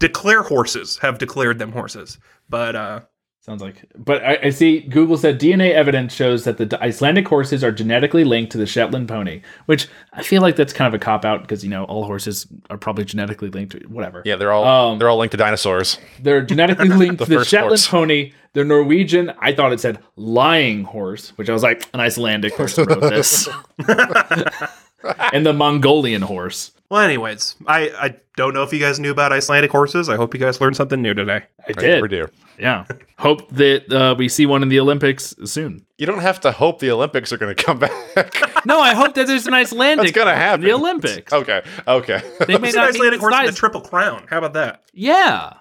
Speaker 5: declare horses have declared them horses. But uh,
Speaker 6: Sounds like, but I, I see Google said DNA evidence shows that the Icelandic horses are genetically linked to the Shetland pony, which I feel like that's kind of a cop out because you know all horses are probably genetically linked. to Whatever.
Speaker 7: Yeah, they're all
Speaker 6: Um,
Speaker 7: they're all linked to dinosaurs.
Speaker 6: They're genetically linked
Speaker 7: The
Speaker 6: to the
Speaker 7: first
Speaker 6: Shetland
Speaker 7: horse.
Speaker 6: pony, the Norwegian. I thought it said lying horse, which I was like, an Icelandic person wrote this, and the Mongolian horse.
Speaker 5: well, anyways, I I don't know if you guys knew about Icelandic horses. I hope you guys learned something new today.
Speaker 6: I
Speaker 7: Right,
Speaker 6: did.
Speaker 7: we're due.
Speaker 6: Yeah. Hope that uh, we see one in the Olympics soon.
Speaker 7: You don't have to hope the Olympics are going to come back.
Speaker 6: No, I hope that there's an Icelandic.
Speaker 7: It's going to
Speaker 6: in
Speaker 7: happen. Oh.
Speaker 6: The Olympics.
Speaker 7: Okay. Okay.
Speaker 6: They may
Speaker 5: It's an
Speaker 6: not be
Speaker 5: Icelandic horse with a
Speaker 6: size-
Speaker 5: triple crown. How about that?
Speaker 6: Yeah.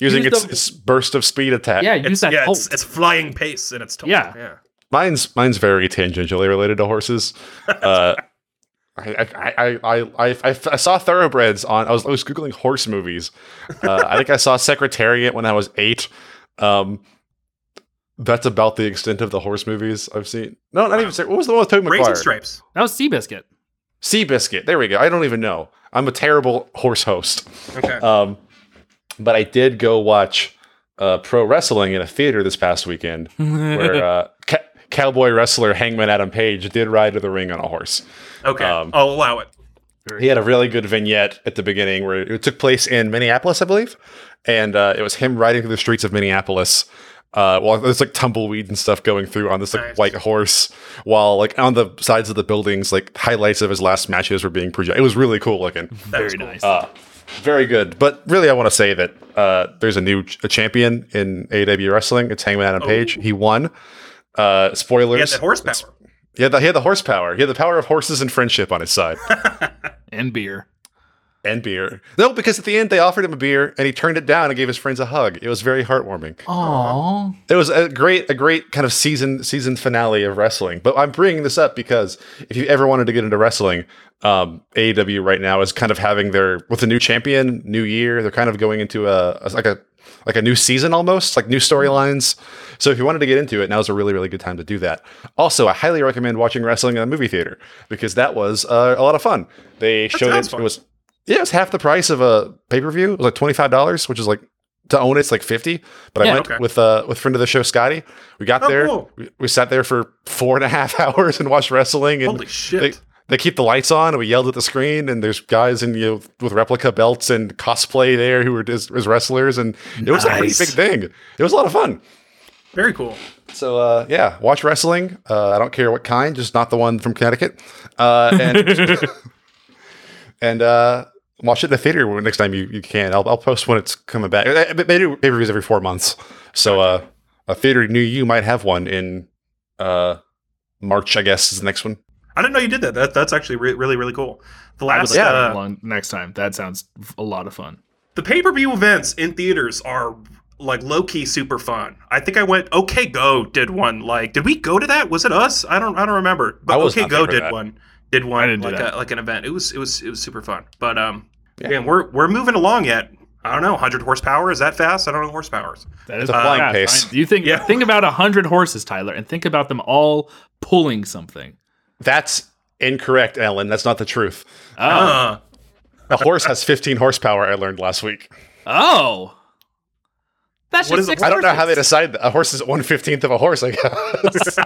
Speaker 7: Using
Speaker 6: Use
Speaker 7: its,
Speaker 6: the-
Speaker 7: its burst of speed attack.
Speaker 6: Yeah, use
Speaker 5: It's,
Speaker 6: that
Speaker 5: yeah,
Speaker 6: whole
Speaker 5: it's, it's flying pace and it's total.
Speaker 6: Yeah.
Speaker 5: yeah.
Speaker 7: Mine's mine's very tangentially related to horses. Uh, I, I, I, I, I, I- I saw thoroughbreds on. I was I was googling horse movies. Uh, I think I saw Secretariat when I was eight. Um, that's about the extent of the horse movies I've seen. No, not even. Sec- What was the one with Tobey
Speaker 5: Racing
Speaker 7: Maguire?
Speaker 5: stripes.
Speaker 6: That was Seabiscuit.
Speaker 7: Seabiscuit. There we go. I don't even know. I'm a terrible horse host.
Speaker 5: Okay.
Speaker 7: Um, but I did go watch uh, pro wrestling in a theater this past weekend, where uh, ca- cowboy wrestler Hangman Adam Page did ride to the ring on a horse.
Speaker 5: okay.
Speaker 7: um,
Speaker 5: I'll allow it.
Speaker 7: He had a really good vignette at the beginning where it took place in Minneapolis, I believe, and uh, it was him riding through the streets of Minneapolis. Uh, well, there's like tumbleweed and stuff going through on this like
Speaker 5: Nice.
Speaker 7: white horse, while like on the sides of the buildings, like highlights of his last matches were being projected. It was really cool Uh. looking.
Speaker 5: Very
Speaker 6: nice.
Speaker 7: Very good. But really, I want to say that uh, there's a new ch- a champion in AEW wrestling. It's Hangman Adam Page. He won. Uh,
Speaker 5: He has
Speaker 7: spoilers.
Speaker 5: that horsepower.
Speaker 7: He had the, he had the horsepower. He had the power of horses and friendship on his side
Speaker 6: and beer.
Speaker 7: and beer. No, because at the end they offered him a beer and he turned it down and gave his friends a hug. It was very heartwarming.
Speaker 6: Aww.
Speaker 7: It was a great a great kind of season season finale of wrestling. But I'm bringing this up because if you ever wanted to get into wrestling, um, AEW right now is kind of having their with a new champion, new year. They're kind of going into a, a- like a like a new season almost, like new storylines. So if you wanted to get into it, now's a really really good time to do that. Also, I highly recommend watching wrestling in a movie theater because that was uh, a lot of fun. They showed
Speaker 5: sounds
Speaker 7: it, it
Speaker 5: fun.
Speaker 7: was yeah, it was half the price of a pay per view. It was like twenty five dollars, which is like to own it's like fifty. But
Speaker 6: Yeah.
Speaker 7: I went
Speaker 5: Okay.
Speaker 7: with uh with friend of the show Scotty. We got
Speaker 5: Oh,
Speaker 7: there.
Speaker 5: cool.
Speaker 7: We, we sat there for four and a half hours and watched wrestling. And
Speaker 5: Holy shit.
Speaker 7: They, they keep the lights on, and we yelled at the screen. And there's guys in you know, with replica belts and cosplay there who were just as wrestlers, and it was a pretty
Speaker 6: Nice.
Speaker 7: big thing. It was a lot of fun.
Speaker 5: Very cool.
Speaker 7: So uh, yeah, watch wrestling. Uh, I don't care what kind, just not the one from Connecticut. Uh, and and uh, watch it in the theater when- next time you, you can. I'll, I'll post when it's coming back. Uh, They they do pay per views every four months, so uh, a theater near you might have one in uh, March. I guess is the next one.
Speaker 5: I didn't know you did that. that that's actually re- really, really cool. The
Speaker 6: I would
Speaker 5: last,
Speaker 6: like that
Speaker 5: uh,
Speaker 6: along next time. That sounds f- a lot of fun.
Speaker 5: the pay per view events in theaters are like low key super fun. I think I went. OK Go did one. Like, did we go to that? Was it us? I don't. I don't remember. But
Speaker 7: I was
Speaker 5: OK
Speaker 7: not there
Speaker 5: Go
Speaker 7: for
Speaker 5: did
Speaker 7: that.
Speaker 5: one. Did one
Speaker 6: I didn't do
Speaker 5: like
Speaker 6: that.
Speaker 5: A, like an event. It was it was it was super fun. But um, again, we're we're moving along yet. I don't know. 100 horsepower is that fast? I don't know horsepower.
Speaker 6: That is
Speaker 7: a flying pace.
Speaker 6: You think
Speaker 5: Yeah.
Speaker 6: think about a hundred horses, Tyler, and think about them all pulling something.
Speaker 7: That's incorrect, Ellen. That's not the truth.
Speaker 6: Oh,
Speaker 5: Uh,
Speaker 7: A horse has 15 horsepower. I learned last week.
Speaker 6: oh, that's
Speaker 5: What
Speaker 6: just
Speaker 5: is it-
Speaker 6: six
Speaker 7: I don't know how they
Speaker 6: horses.
Speaker 7: decide that. A horse is one fifteenth of a horse. I guess.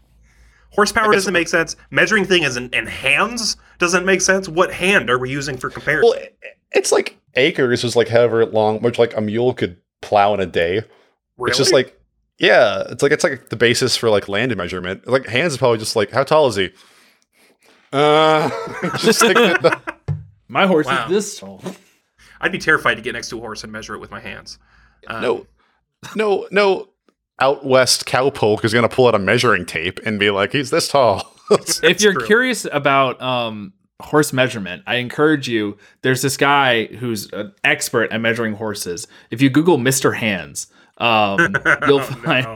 Speaker 5: horsepower doesn't make sense. Measuring thing is in, in hands doesn't make sense. What hand are we using for comparison?
Speaker 7: Well, it- it's like acres is like however long, which like a mule could plow in a day. It's just
Speaker 5: Really?
Speaker 7: like, yeah, it's like it's like the basis for like land measurement. Like hands is probably just like how tall is he? Uh, just like the-
Speaker 6: My horse
Speaker 5: Wow.
Speaker 6: is this tall.
Speaker 5: I'd be terrified to get next to a horse and measure it with my hands.
Speaker 7: the- no, no, no. Out west cowpoke is gonna pull out a measuring tape and be like, he's this tall.
Speaker 6: if you're
Speaker 5: true.
Speaker 6: curious about um horse measurement, I encourage you. There's this guy who's an expert at measuring horses. If you Google Mister Hands, um, you'll find
Speaker 5: Oh,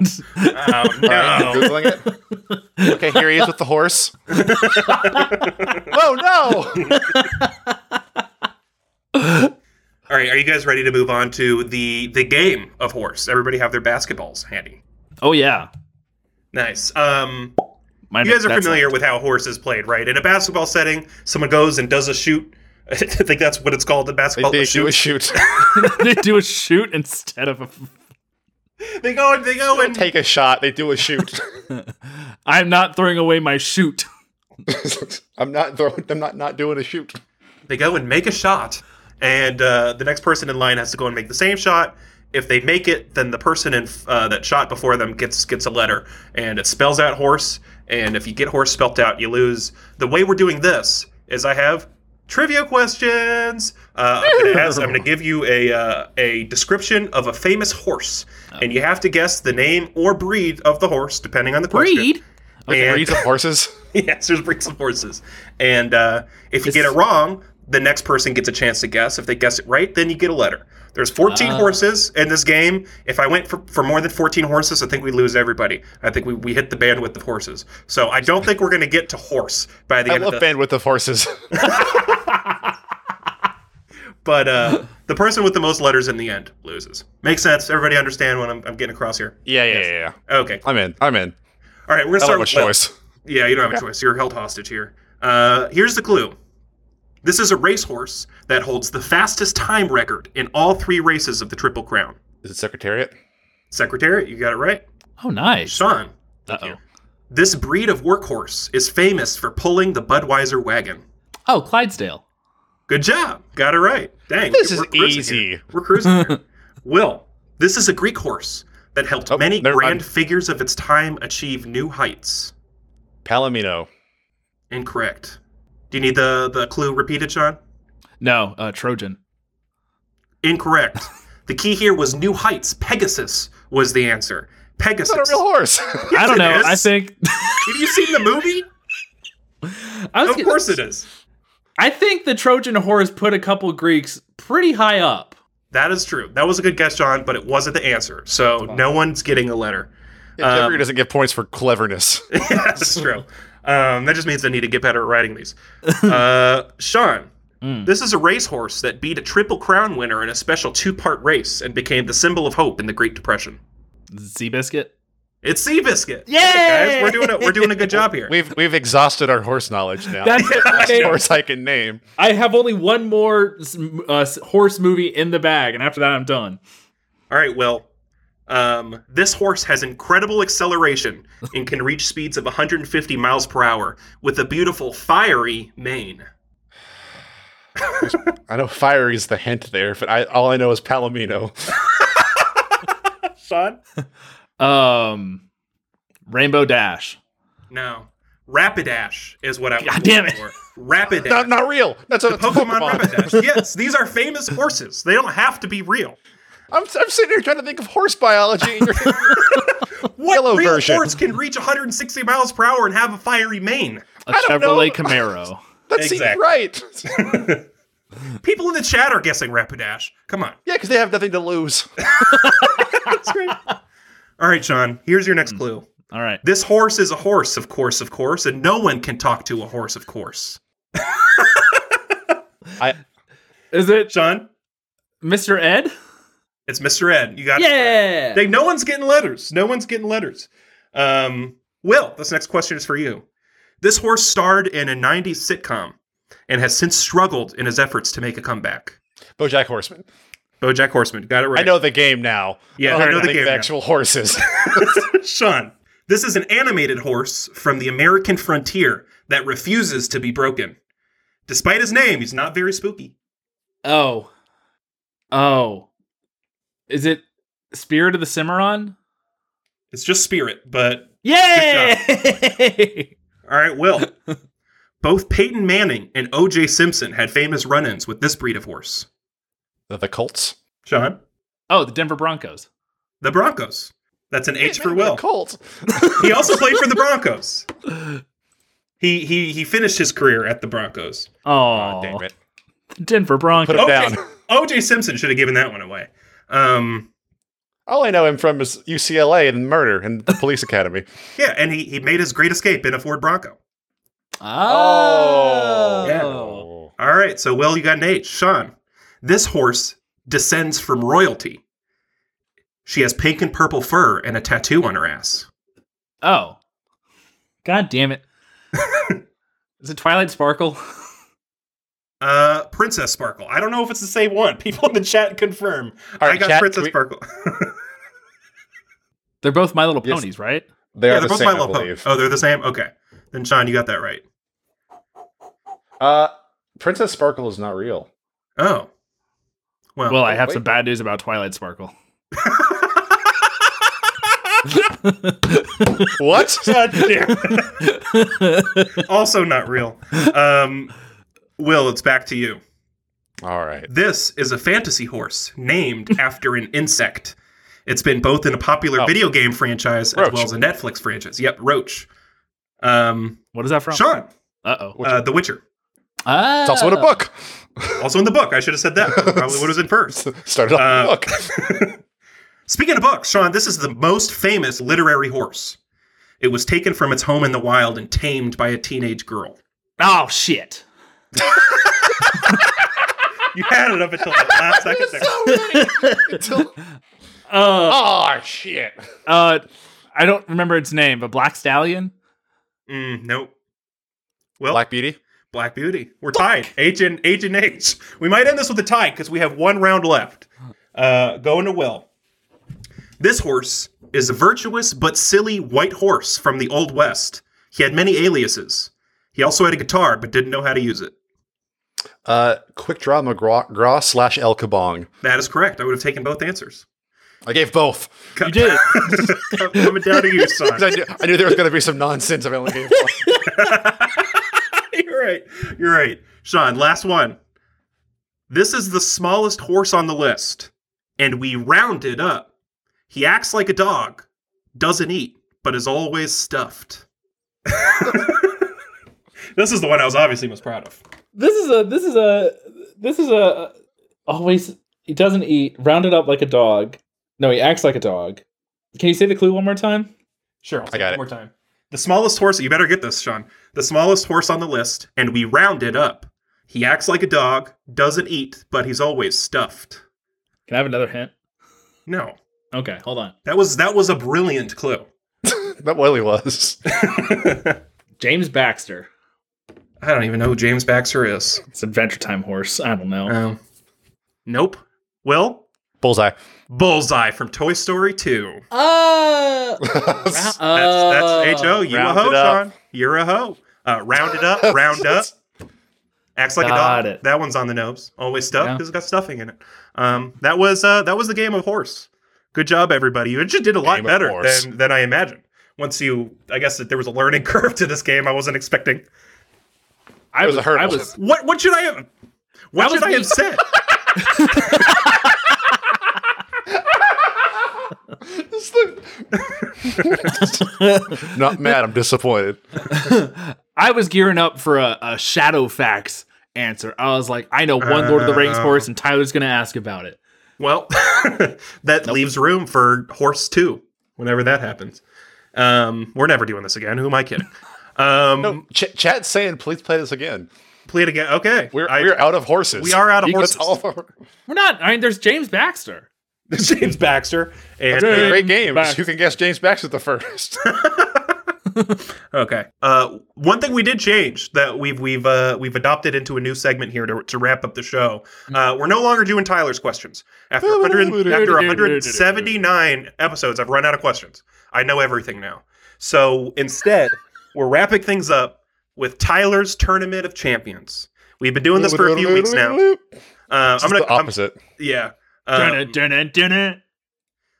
Speaker 5: no.
Speaker 7: Googling it. Okay, here he is with the horse. oh no!
Speaker 5: All right, are you guys ready to move on to the the game of horse? Everybody have their basketballs handy.
Speaker 6: Oh yeah,
Speaker 5: Nice. Um,
Speaker 6: Mine
Speaker 5: you guys are
Speaker 6: that's
Speaker 5: familiar
Speaker 6: it.
Speaker 5: with how horse is played, right? In a basketball setting, someone goes and does a shoot. I think that's what it's called. The
Speaker 7: They,
Speaker 5: basketball
Speaker 7: they
Speaker 5: a
Speaker 7: do a
Speaker 5: shoot.
Speaker 7: Oh, shoot.
Speaker 6: they do a shoot instead of a.
Speaker 5: They go and they go and
Speaker 7: Take a shot. They do a shoot.
Speaker 6: I'm not throwing away my shoot.
Speaker 7: I'm not throwing. I'm not not doing a shoot.
Speaker 5: they go and make a shot, and uh, the next person in line has to go and make the same shot. If they make it, then the person in uh, that shot before them gets gets a letter, and it spells out horse. And if you get horse spelt out, you lose. The way we're doing this is I have trivia questions. Uh, I'm going to ask. I'm going to give you a uh, a description of a famous horse, and you have to guess the name or breed of the horse depending on the question.
Speaker 6: Breed?
Speaker 5: And-
Speaker 7: Breeds of horses.
Speaker 5: Yes, there's breeds of horses. And uh, if you get it wrong, the next person gets a chance to guess. If they guess it right, then you get a letter. There's 14
Speaker 7: Ah.
Speaker 5: horses in this game. If I went for, for more than 14 horses, I think we lose everybody. I think we, we hit the bandwidth of horses. So I don't think we're going to get to horse by the
Speaker 7: I
Speaker 5: end
Speaker 7: love
Speaker 5: of the
Speaker 7: bandwidth of horses.
Speaker 5: But uh, the person with the most letters in the end loses. Makes sense. Everybody understand what I'm, I'm getting across here?
Speaker 7: Yeah, yeah, yeah, yeah.
Speaker 5: Okay. All
Speaker 7: I'm in. I'm in.
Speaker 5: right,
Speaker 7: I
Speaker 5: we're going to start
Speaker 7: don't have
Speaker 5: with
Speaker 7: much
Speaker 5: Will.
Speaker 7: choice.
Speaker 5: Yeah, you don't have a choice. You're held hostage here. Uh, here's the clue. This is a racehorse that holds the fastest time record in all three races of the Triple Crown.
Speaker 7: Is it Secretariat?
Speaker 5: Secretariat, you got it right.
Speaker 6: Oh, nice.
Speaker 5: Sean,
Speaker 6: Uh-oh.
Speaker 5: this breed of workhorse is famous for pulling the Budweiser wagon.
Speaker 6: Oh, Clydesdale.
Speaker 5: Good job. Got it right. Dang.
Speaker 7: This is
Speaker 5: cruising
Speaker 7: easy.
Speaker 5: here. We're cruising here. Will, this is a Greek horse that helped
Speaker 7: Oh,
Speaker 5: many
Speaker 7: never
Speaker 5: grand
Speaker 7: mind.
Speaker 5: figures of its time achieve new heights.
Speaker 7: Palomino.
Speaker 5: Incorrect. Do you need the, the clue repeated, Sean?
Speaker 6: No, uh, Trojan.
Speaker 5: Incorrect. the key here was New Heights. Pegasus was the answer. Pegasus.
Speaker 7: Not a real horse.
Speaker 6: I don't
Speaker 5: it
Speaker 6: know.
Speaker 5: is.
Speaker 6: I think.
Speaker 5: Have you seen the movie?
Speaker 6: I was
Speaker 5: of
Speaker 6: gonna-
Speaker 5: course it is.
Speaker 6: I think the Trojan horse put a couple Greeks pretty high up.
Speaker 5: That is true. That was a good guess, John, but it wasn't the answer. So no one's getting a letter.
Speaker 7: Yeah,
Speaker 5: Um,
Speaker 7: Jeffrey doesn't get points for cleverness.
Speaker 5: That's true. Um, that just means I need to get better at writing these. Uh, Sean,
Speaker 7: Mm.
Speaker 5: this is a racehorse that beat a Triple Crown winner in a special two part race and became the symbol of hope in the Great Depression.
Speaker 6: Seabiscuit.
Speaker 5: It's Seabiscuit. Hey, guys, we're doing it. We're doing a good job here.
Speaker 7: We've we've exhausted our horse knowledge now.
Speaker 6: That's
Speaker 7: the
Speaker 6: okay.
Speaker 7: horse I can name.
Speaker 6: I have only one more s- uh, s- horse movie in the bag, and after that, I'm done.
Speaker 5: All right, Will. Um, this horse has incredible acceleration and can reach speeds of 150 miles per hour with a beautiful fiery mane.
Speaker 7: I know fiery is the hint there, but I all I know is Palomino.
Speaker 5: Sean?
Speaker 6: Um, Rainbow Dash.
Speaker 5: No. Rapidash is what I was
Speaker 6: God damn
Speaker 5: looking
Speaker 6: it.
Speaker 5: for. Rapidash.
Speaker 7: not not real. That's a that's a
Speaker 5: Pokemon
Speaker 7: Pokemon.
Speaker 5: Rapidash. Yes, these are famous horses. They don't have to be real.
Speaker 7: I'm, I'm sitting here trying to think of horse biology. And you're,
Speaker 5: What
Speaker 7: Yellow
Speaker 5: real
Speaker 7: version.
Speaker 5: horse can reach 160 miles per hour and have a fiery mane?
Speaker 6: A
Speaker 7: I don't know.
Speaker 6: Chevrolet Camaro.
Speaker 7: that seems
Speaker 5: Exactly.
Speaker 7: right.
Speaker 5: People in the chat are guessing Rapidash. Come on.
Speaker 7: Yeah, because they have nothing to lose.
Speaker 5: All right, Sean. Here's your next clue.
Speaker 6: All right.
Speaker 5: This horse is a horse, of course, of course, and no one can talk to a horse, of course.
Speaker 7: I
Speaker 6: Is it
Speaker 5: Sean,
Speaker 6: Mr. Ed?
Speaker 5: it's Mr. Ed. You got it.
Speaker 6: Yeah.
Speaker 5: They, no one's getting letters. No one's getting letters. Um, Will, this next question is for you. This horse starred in a 90s sitcom and has since struggled in his efforts to make a comeback.
Speaker 7: BoJack Horseman.
Speaker 5: Bojack Horseman, got it right.
Speaker 7: I know the game now.
Speaker 5: Yeah,
Speaker 7: I,
Speaker 5: I know
Speaker 7: don't
Speaker 5: the
Speaker 7: think
Speaker 5: game
Speaker 7: the
Speaker 5: now.
Speaker 7: actual horses.
Speaker 5: Sean, this is an animated horse from the American frontier that refuses to be broken. Despite his name, he's not very spooky.
Speaker 6: Oh. Oh. Is it Spirit of the Cimarron?
Speaker 5: It's just spirit, but
Speaker 6: Yay!
Speaker 5: All right, Will. Both Peyton Manning and O.J. Simpson had famous run-ins with this breed of horse.
Speaker 7: the, the Colts.
Speaker 5: Sean,
Speaker 6: oh, the Denver Broncos.
Speaker 5: the Broncos. That's an H for Will.
Speaker 7: The Colts.
Speaker 5: He also played for the Broncos. He he he finished his career at the Broncos.
Speaker 6: Oh,
Speaker 7: Damn it.
Speaker 6: Denver Broncos.
Speaker 7: Put it
Speaker 5: O.J.
Speaker 7: down.
Speaker 5: OJ Simpson should have given that one away. Um,
Speaker 7: All I know him from is UCLA and murder and the police academy.
Speaker 5: yeah, and he he made his great escape in a Ford Bronco.
Speaker 6: Oh,
Speaker 5: Yeah. All right, so Will, you got an H. Sean, this horse descends from royalty. She has pink and purple fur and a tattoo on her ass.
Speaker 6: Oh. God damn it. Is it Twilight Sparkle?
Speaker 5: Uh, Princess Sparkle. I don't know if it's the same one. People in the chat confirm.
Speaker 7: All right,
Speaker 5: I got
Speaker 7: chat,
Speaker 5: Princess
Speaker 7: we-
Speaker 5: Sparkle.
Speaker 6: They're both My Little
Speaker 7: Yes.
Speaker 6: Ponies, right?
Speaker 7: They
Speaker 5: yeah,
Speaker 7: are
Speaker 5: they're
Speaker 7: the
Speaker 5: both
Speaker 7: same,
Speaker 5: my
Speaker 7: I
Speaker 5: little Pony.
Speaker 7: believe.
Speaker 5: Oh, they're the same. Okay, then Sean, you got that right.
Speaker 7: Uh, Princess Sparkle is not real.
Speaker 5: Oh, well,
Speaker 6: Well, I have
Speaker 7: Oh, wait.
Speaker 6: some bad news about Twilight Sparkle.
Speaker 7: What?
Speaker 5: God damn it. also not real. Um, Will, it's back to you.
Speaker 7: All right.
Speaker 5: This is a fantasy horse named after an insect. It's been both in a popular video game franchise as
Speaker 7: Oh. Roach.
Speaker 5: well as a Netflix franchise. Yep, Roach. Um,
Speaker 6: What is that from?
Speaker 5: Sean,
Speaker 6: Uh-oh.
Speaker 5: uh, The Witcher.
Speaker 6: Ah.
Speaker 7: It's also in a book.
Speaker 5: Also in the book. I should have said that. Probably would have been first.
Speaker 7: Started off
Speaker 5: Uh,
Speaker 7: in a book.
Speaker 5: Speaking of books, Sean, this is the most famous literary horse. It was taken from its home in the wild and tamed by a teenage girl.
Speaker 6: Oh, shit.
Speaker 5: You had it up until the last second there.
Speaker 6: Uh,
Speaker 7: oh shit!
Speaker 6: uh, I don't remember its name, but Black Stallion?
Speaker 5: Mm, nope. Well, Black,
Speaker 7: Black Beauty.
Speaker 5: Beauty. We're tied. H and H and H. We might end this with a tie because we have one round left. Uh, going to Will. This horse is a virtuous but silly white horse from the Old West. He had many aliases. He also had a guitar but didn't know how to use it.
Speaker 7: Uh, Quick Draw McGraw Graw slash El Kabong.
Speaker 5: That is correct. I would have taken both answers.
Speaker 7: I gave both.
Speaker 6: You did.
Speaker 5: Coming down to you, son.
Speaker 7: 'Cause I knew, I knew there was going to be some nonsense. I only gave one.
Speaker 5: You're right. You're right. Sean, last one. This is the smallest horse on the list, and we round it up. He acts like a dog, doesn't eat, but is always stuffed. this is the one I was obviously most proud of.
Speaker 6: this is a this is a this is a always he doesn't eat rounded up like a dog no he acts like a dog can you say the clue one more time
Speaker 5: Sure, I'll
Speaker 7: I got it.
Speaker 5: more time. The smallest horse, you better get this, Sean. The smallest horse on the list, and we round it up. He acts like a dog, doesn't eat, but he's always stuffed.
Speaker 6: can i have another hint
Speaker 5: No.
Speaker 6: okay hold on
Speaker 5: That was that was a brilliant clue.
Speaker 7: that really was.
Speaker 6: james baxter
Speaker 5: I don't even know who James Baxter is.
Speaker 6: it's adventure time horse i don't know
Speaker 5: Um, nope. Will
Speaker 7: Bullseye.
Speaker 5: Bullseye from Toy Story 2.
Speaker 7: Uh, That's
Speaker 5: That's
Speaker 6: Oh,
Speaker 5: that's
Speaker 6: Uh,
Speaker 5: H O. You a
Speaker 7: round
Speaker 5: hoe,
Speaker 7: it up.
Speaker 5: Sean. You're a hoe. Uh, round it up, round up. Acts like
Speaker 6: Got
Speaker 5: a dog.
Speaker 6: it.
Speaker 5: That one's on the nose. Always stuffed
Speaker 6: Yeah.
Speaker 5: because it's got stuffing in it. Um, that was uh, that was the game of horse. Good job, everybody. You just did a lot
Speaker 7: Game of
Speaker 5: better
Speaker 7: horse.
Speaker 5: than than I imagined. Once you, I guess that there was a learning curve to this game I wasn't expecting.
Speaker 6: i
Speaker 7: was a hurdle.
Speaker 6: i was
Speaker 5: What what should I have? What
Speaker 6: That was
Speaker 5: should I
Speaker 6: me.
Speaker 5: have said?
Speaker 7: not mad. I'm disappointed.
Speaker 6: i was gearing up for a, a shadow facts answer i was like i know one lord of the
Speaker 7: Uh,
Speaker 6: rings horse and tyler's gonna ask about it
Speaker 5: Well, that leaves room for horse two whenever that happens. Um, we're never doing this again. Who am I kidding? Um,
Speaker 7: Ch- chat's saying, please play this again.
Speaker 5: Play it again. Okay,
Speaker 7: We're
Speaker 5: I-
Speaker 7: we're out of horses.
Speaker 5: we are out of
Speaker 7: That's
Speaker 5: horses.
Speaker 7: all. Of
Speaker 6: we're not i mean there's james baxter
Speaker 5: James Baxter and
Speaker 6: James
Speaker 7: great games.
Speaker 6: Baxter.
Speaker 7: Who can guess James Baxter the first?
Speaker 5: okay. Uh, one thing we did change that we've we've uh, we've adopted into a new segment here to, to wrap up the show.
Speaker 7: Hmm.
Speaker 5: Uh, we're no longer doing Tyler's questions after 100, after 179 episodes. I've run out of questions. I know everything now. So instead, we're wrapping things up with Tyler's Tournament of Champions. We've been doing this for a few weeks now. Uh, I'm
Speaker 7: I'm
Speaker 5: gonna
Speaker 7: the
Speaker 5: I'm-
Speaker 7: opposite.
Speaker 5: yeah.
Speaker 7: Uh,
Speaker 6: Dunna,
Speaker 5: Um,
Speaker 6: dunna, dunna.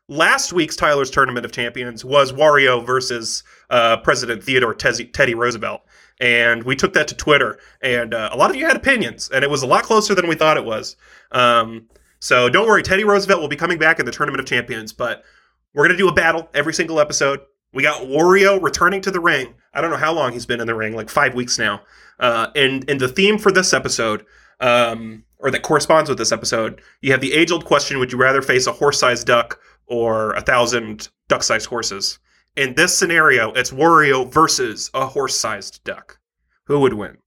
Speaker 5: last week's Tyler's Tournament of Champions was Wario versus uh, President Theodore Tezzy, Teddy Roosevelt. And we took that to Twitter, and uh, a lot of you had opinions, and it was a lot closer than we thought it was. Um, so don't worry, Teddy Roosevelt will be coming back in the Tournament of Champions, but we're going to do a battle every single episode. We got Wario returning to the ring. I don't know how long he's been in the ring, like five weeks now. Uh, and and the theme for this episode, um, or that corresponds with this episode, you have the age old question: Would you rather face a horse-sized duck or a thousand duck-sized horses? In this scenario, it's Wario versus a horse-sized duck. Who would win?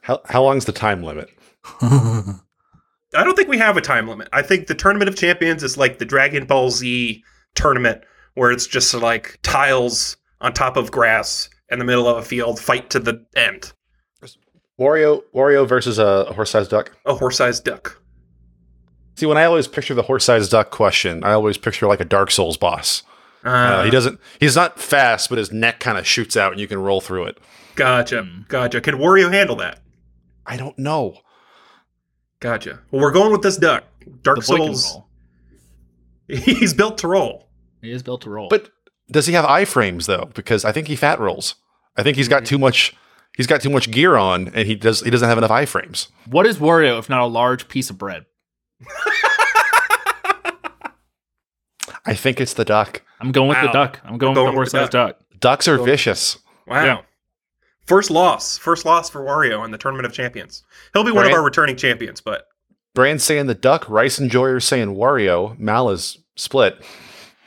Speaker 7: How how long's the time limit?
Speaker 5: I don't think we have a time limit. I think the Tournament of Champions is like the Dragon Ball Z tournament where it's just like tiles on top of grass in the middle of a field fight to the end.
Speaker 7: Wario Wario versus a horse-sized duck.
Speaker 5: A horse-sized duck.
Speaker 7: See, when I always picture the horse-sized duck question, I always picture like a Dark Souls boss.
Speaker 5: Uh,
Speaker 7: Uh, he doesn't. He's not fast, but his neck kind of shoots out, and you can roll through it.
Speaker 5: gotcha.
Speaker 7: Hmm.
Speaker 5: Gotcha. Can Wario handle that?
Speaker 7: I don't know.
Speaker 5: Gotcha. Well, we're going with this duck. Dark
Speaker 6: The boy can
Speaker 5: Souls.
Speaker 6: roll.
Speaker 5: He's built to roll.
Speaker 6: He is built to roll.
Speaker 7: But does he have iframes though? Because I think he fat rolls. I think he's got too much. He's got too much gear on, and he does. He doesn't have enough iframes.
Speaker 6: what is Wario if not a large piece of bread?
Speaker 7: I think it's the duck.
Speaker 6: I'm going with
Speaker 5: Wow.
Speaker 6: the duck. I'm going,
Speaker 5: Going
Speaker 6: with the
Speaker 5: with the
Speaker 6: horse-sized duck.
Speaker 7: Ducks are vicious.
Speaker 5: Wow.
Speaker 6: Yeah.
Speaker 5: First loss. First loss for Wario in the Tournament of Champions. He'll be one
Speaker 7: Right.
Speaker 5: of our returning champions, but
Speaker 7: Brand saying the duck. Rice and Joy are saying Wario. Mal is split.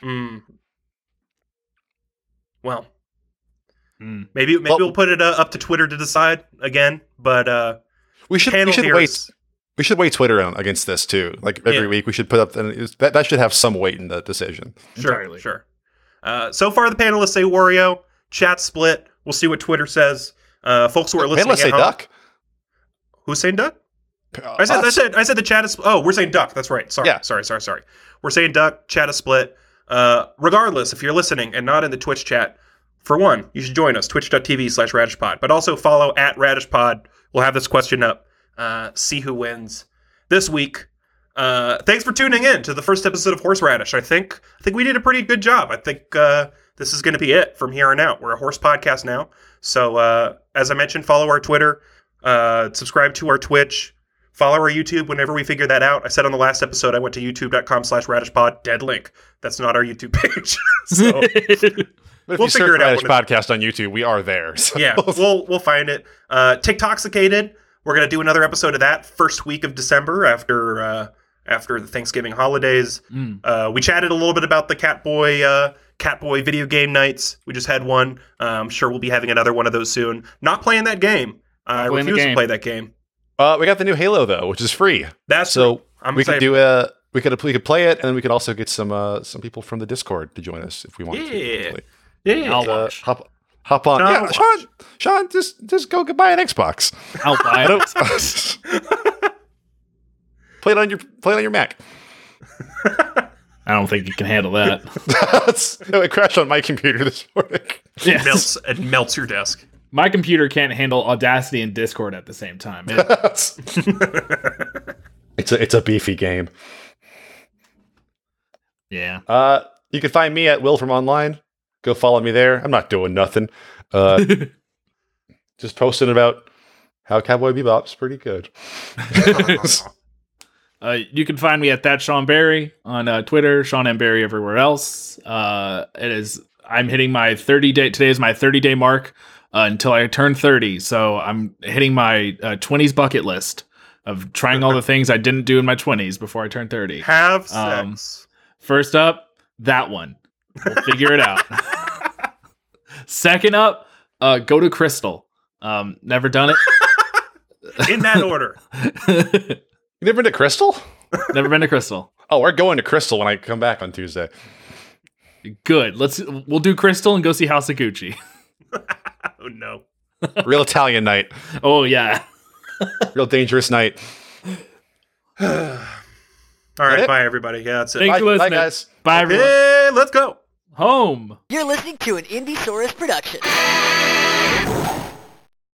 Speaker 5: mm, well,
Speaker 6: Hmm.
Speaker 5: maybe maybe
Speaker 7: Well-
Speaker 5: we'll put it uh, up to Twitter to decide again. But uh,
Speaker 7: We should.
Speaker 5: panel
Speaker 7: we should wait.
Speaker 5: hearings-
Speaker 7: We should weigh Twitter on, against this too. Like every
Speaker 5: Yeah.
Speaker 7: week, we should put up that. That should have some weight in the decision.
Speaker 5: Sure,
Speaker 6: Entirely.
Speaker 5: sure. Uh, so far, the panelists say Wario. Chat split. We'll see what Twitter says. Uh, folks who are listening,
Speaker 7: Panelists
Speaker 5: at
Speaker 7: say
Speaker 5: home-
Speaker 7: duck.
Speaker 5: Who's saying duck? I said, I
Speaker 7: Us.
Speaker 5: said, I said the chat is. Oh, we're saying duck. That's right. Sorry,
Speaker 7: Yeah.
Speaker 5: sorry, sorry, sorry. We're saying duck. Chat is split. Uh, regardless, if you're listening and not in the Twitch chat, for one, you should join us twitch.tv slash radishpod, but also follow at radishpod. We'll have this question up. Uh, see who wins this week. Uh, thanks for tuning in to the first episode of Horseradish. I think I think we did a pretty good job. I think uh, this is going to be it from here on out. We're a horse podcast now, so uh, as I mentioned, follow our Twitter, uh, subscribe to our Twitch, Follow our YouTube whenever we figure that out. I said on the last episode, I went to youtube.com slash radishpod, dead link. That's not our YouTube page. so,
Speaker 7: But if
Speaker 5: We'll
Speaker 7: you
Speaker 5: figure
Speaker 7: search
Speaker 5: it out
Speaker 7: Radish
Speaker 5: when
Speaker 7: podcast on YouTube, we are there. So.
Speaker 5: yeah, we'll, we'll find it. Uh, TikToxicated, we're going to do another episode of that first week of December after uh, after the Thanksgiving holidays.
Speaker 6: Mm.
Speaker 5: Uh, we chatted a little bit about the Catboy uh, Catboy video game nights. We just had one. Uh, I'm sure we'll be having another one of those soon. Not playing that game. I
Speaker 6: playing the
Speaker 5: refuse to
Speaker 6: game.
Speaker 5: play that game.
Speaker 7: Uh, we got the new Halo though, which is free.
Speaker 5: That's
Speaker 7: So
Speaker 5: I'm
Speaker 7: we
Speaker 5: excited.
Speaker 7: could do a we could we could play it, and then we could also get some uh, some people from the Discord to join us if we want to.
Speaker 5: Yeah.
Speaker 7: hopefully.
Speaker 5: Yeah.
Speaker 6: I'll
Speaker 7: Uh,
Speaker 6: watch.
Speaker 7: hop hop on.
Speaker 5: Sean,
Speaker 7: yeah,
Speaker 5: watch.
Speaker 7: Sean, Sean, just just go buy an Xbox.
Speaker 6: I'll buy it.
Speaker 7: play it on your play it on your Mac.
Speaker 6: I don't think you can handle that.
Speaker 7: no, it crashed on my computer this morning.
Speaker 6: Yes.
Speaker 5: melts, it melts your desk.
Speaker 6: My computer can't handle Audacity and Discord at the same time. It-
Speaker 7: it's a it's a beefy game.
Speaker 6: yeah.
Speaker 7: Uh, you can find me at Will from Online. Go follow me there. I'm not doing nothing. Uh, just posting about how Cowboy Bebop's pretty good.
Speaker 6: Uh, you can find me at that Sean Barry on uh, Twitter, Sean M Barry everywhere else. Uh, it is I'm hitting my 30 day. Today is my 30 day mark uh, until I turn 30. So I'm hitting my uh, 20s bucket list of trying all the things I didn't do in my 20s before I turned 30.
Speaker 5: Have sex.
Speaker 6: Um, First up, that one. We'll figure it out. Second up, uh, go to Crystal. Um, never done
Speaker 5: in that order.
Speaker 6: it.
Speaker 7: You never been to Crystal?
Speaker 6: never been to Crystal.
Speaker 7: Oh, we're going to Crystal when I come back on Tuesday.
Speaker 6: Good. Let's we'll do Crystal and go see House of Gucci.
Speaker 5: Oh no.
Speaker 7: Real Italian night.
Speaker 6: Oh yeah.
Speaker 7: Real dangerous night.
Speaker 5: All
Speaker 7: That
Speaker 5: right,
Speaker 7: it?
Speaker 5: bye everybody. Yeah, that's it.
Speaker 6: Thanks
Speaker 7: Bye-
Speaker 6: for
Speaker 7: bye,
Speaker 6: listening.
Speaker 7: guys.
Speaker 6: Bye everyone.
Speaker 5: Hey, let's go.
Speaker 6: Home.
Speaker 1: You're listening to an Indiesaurus production.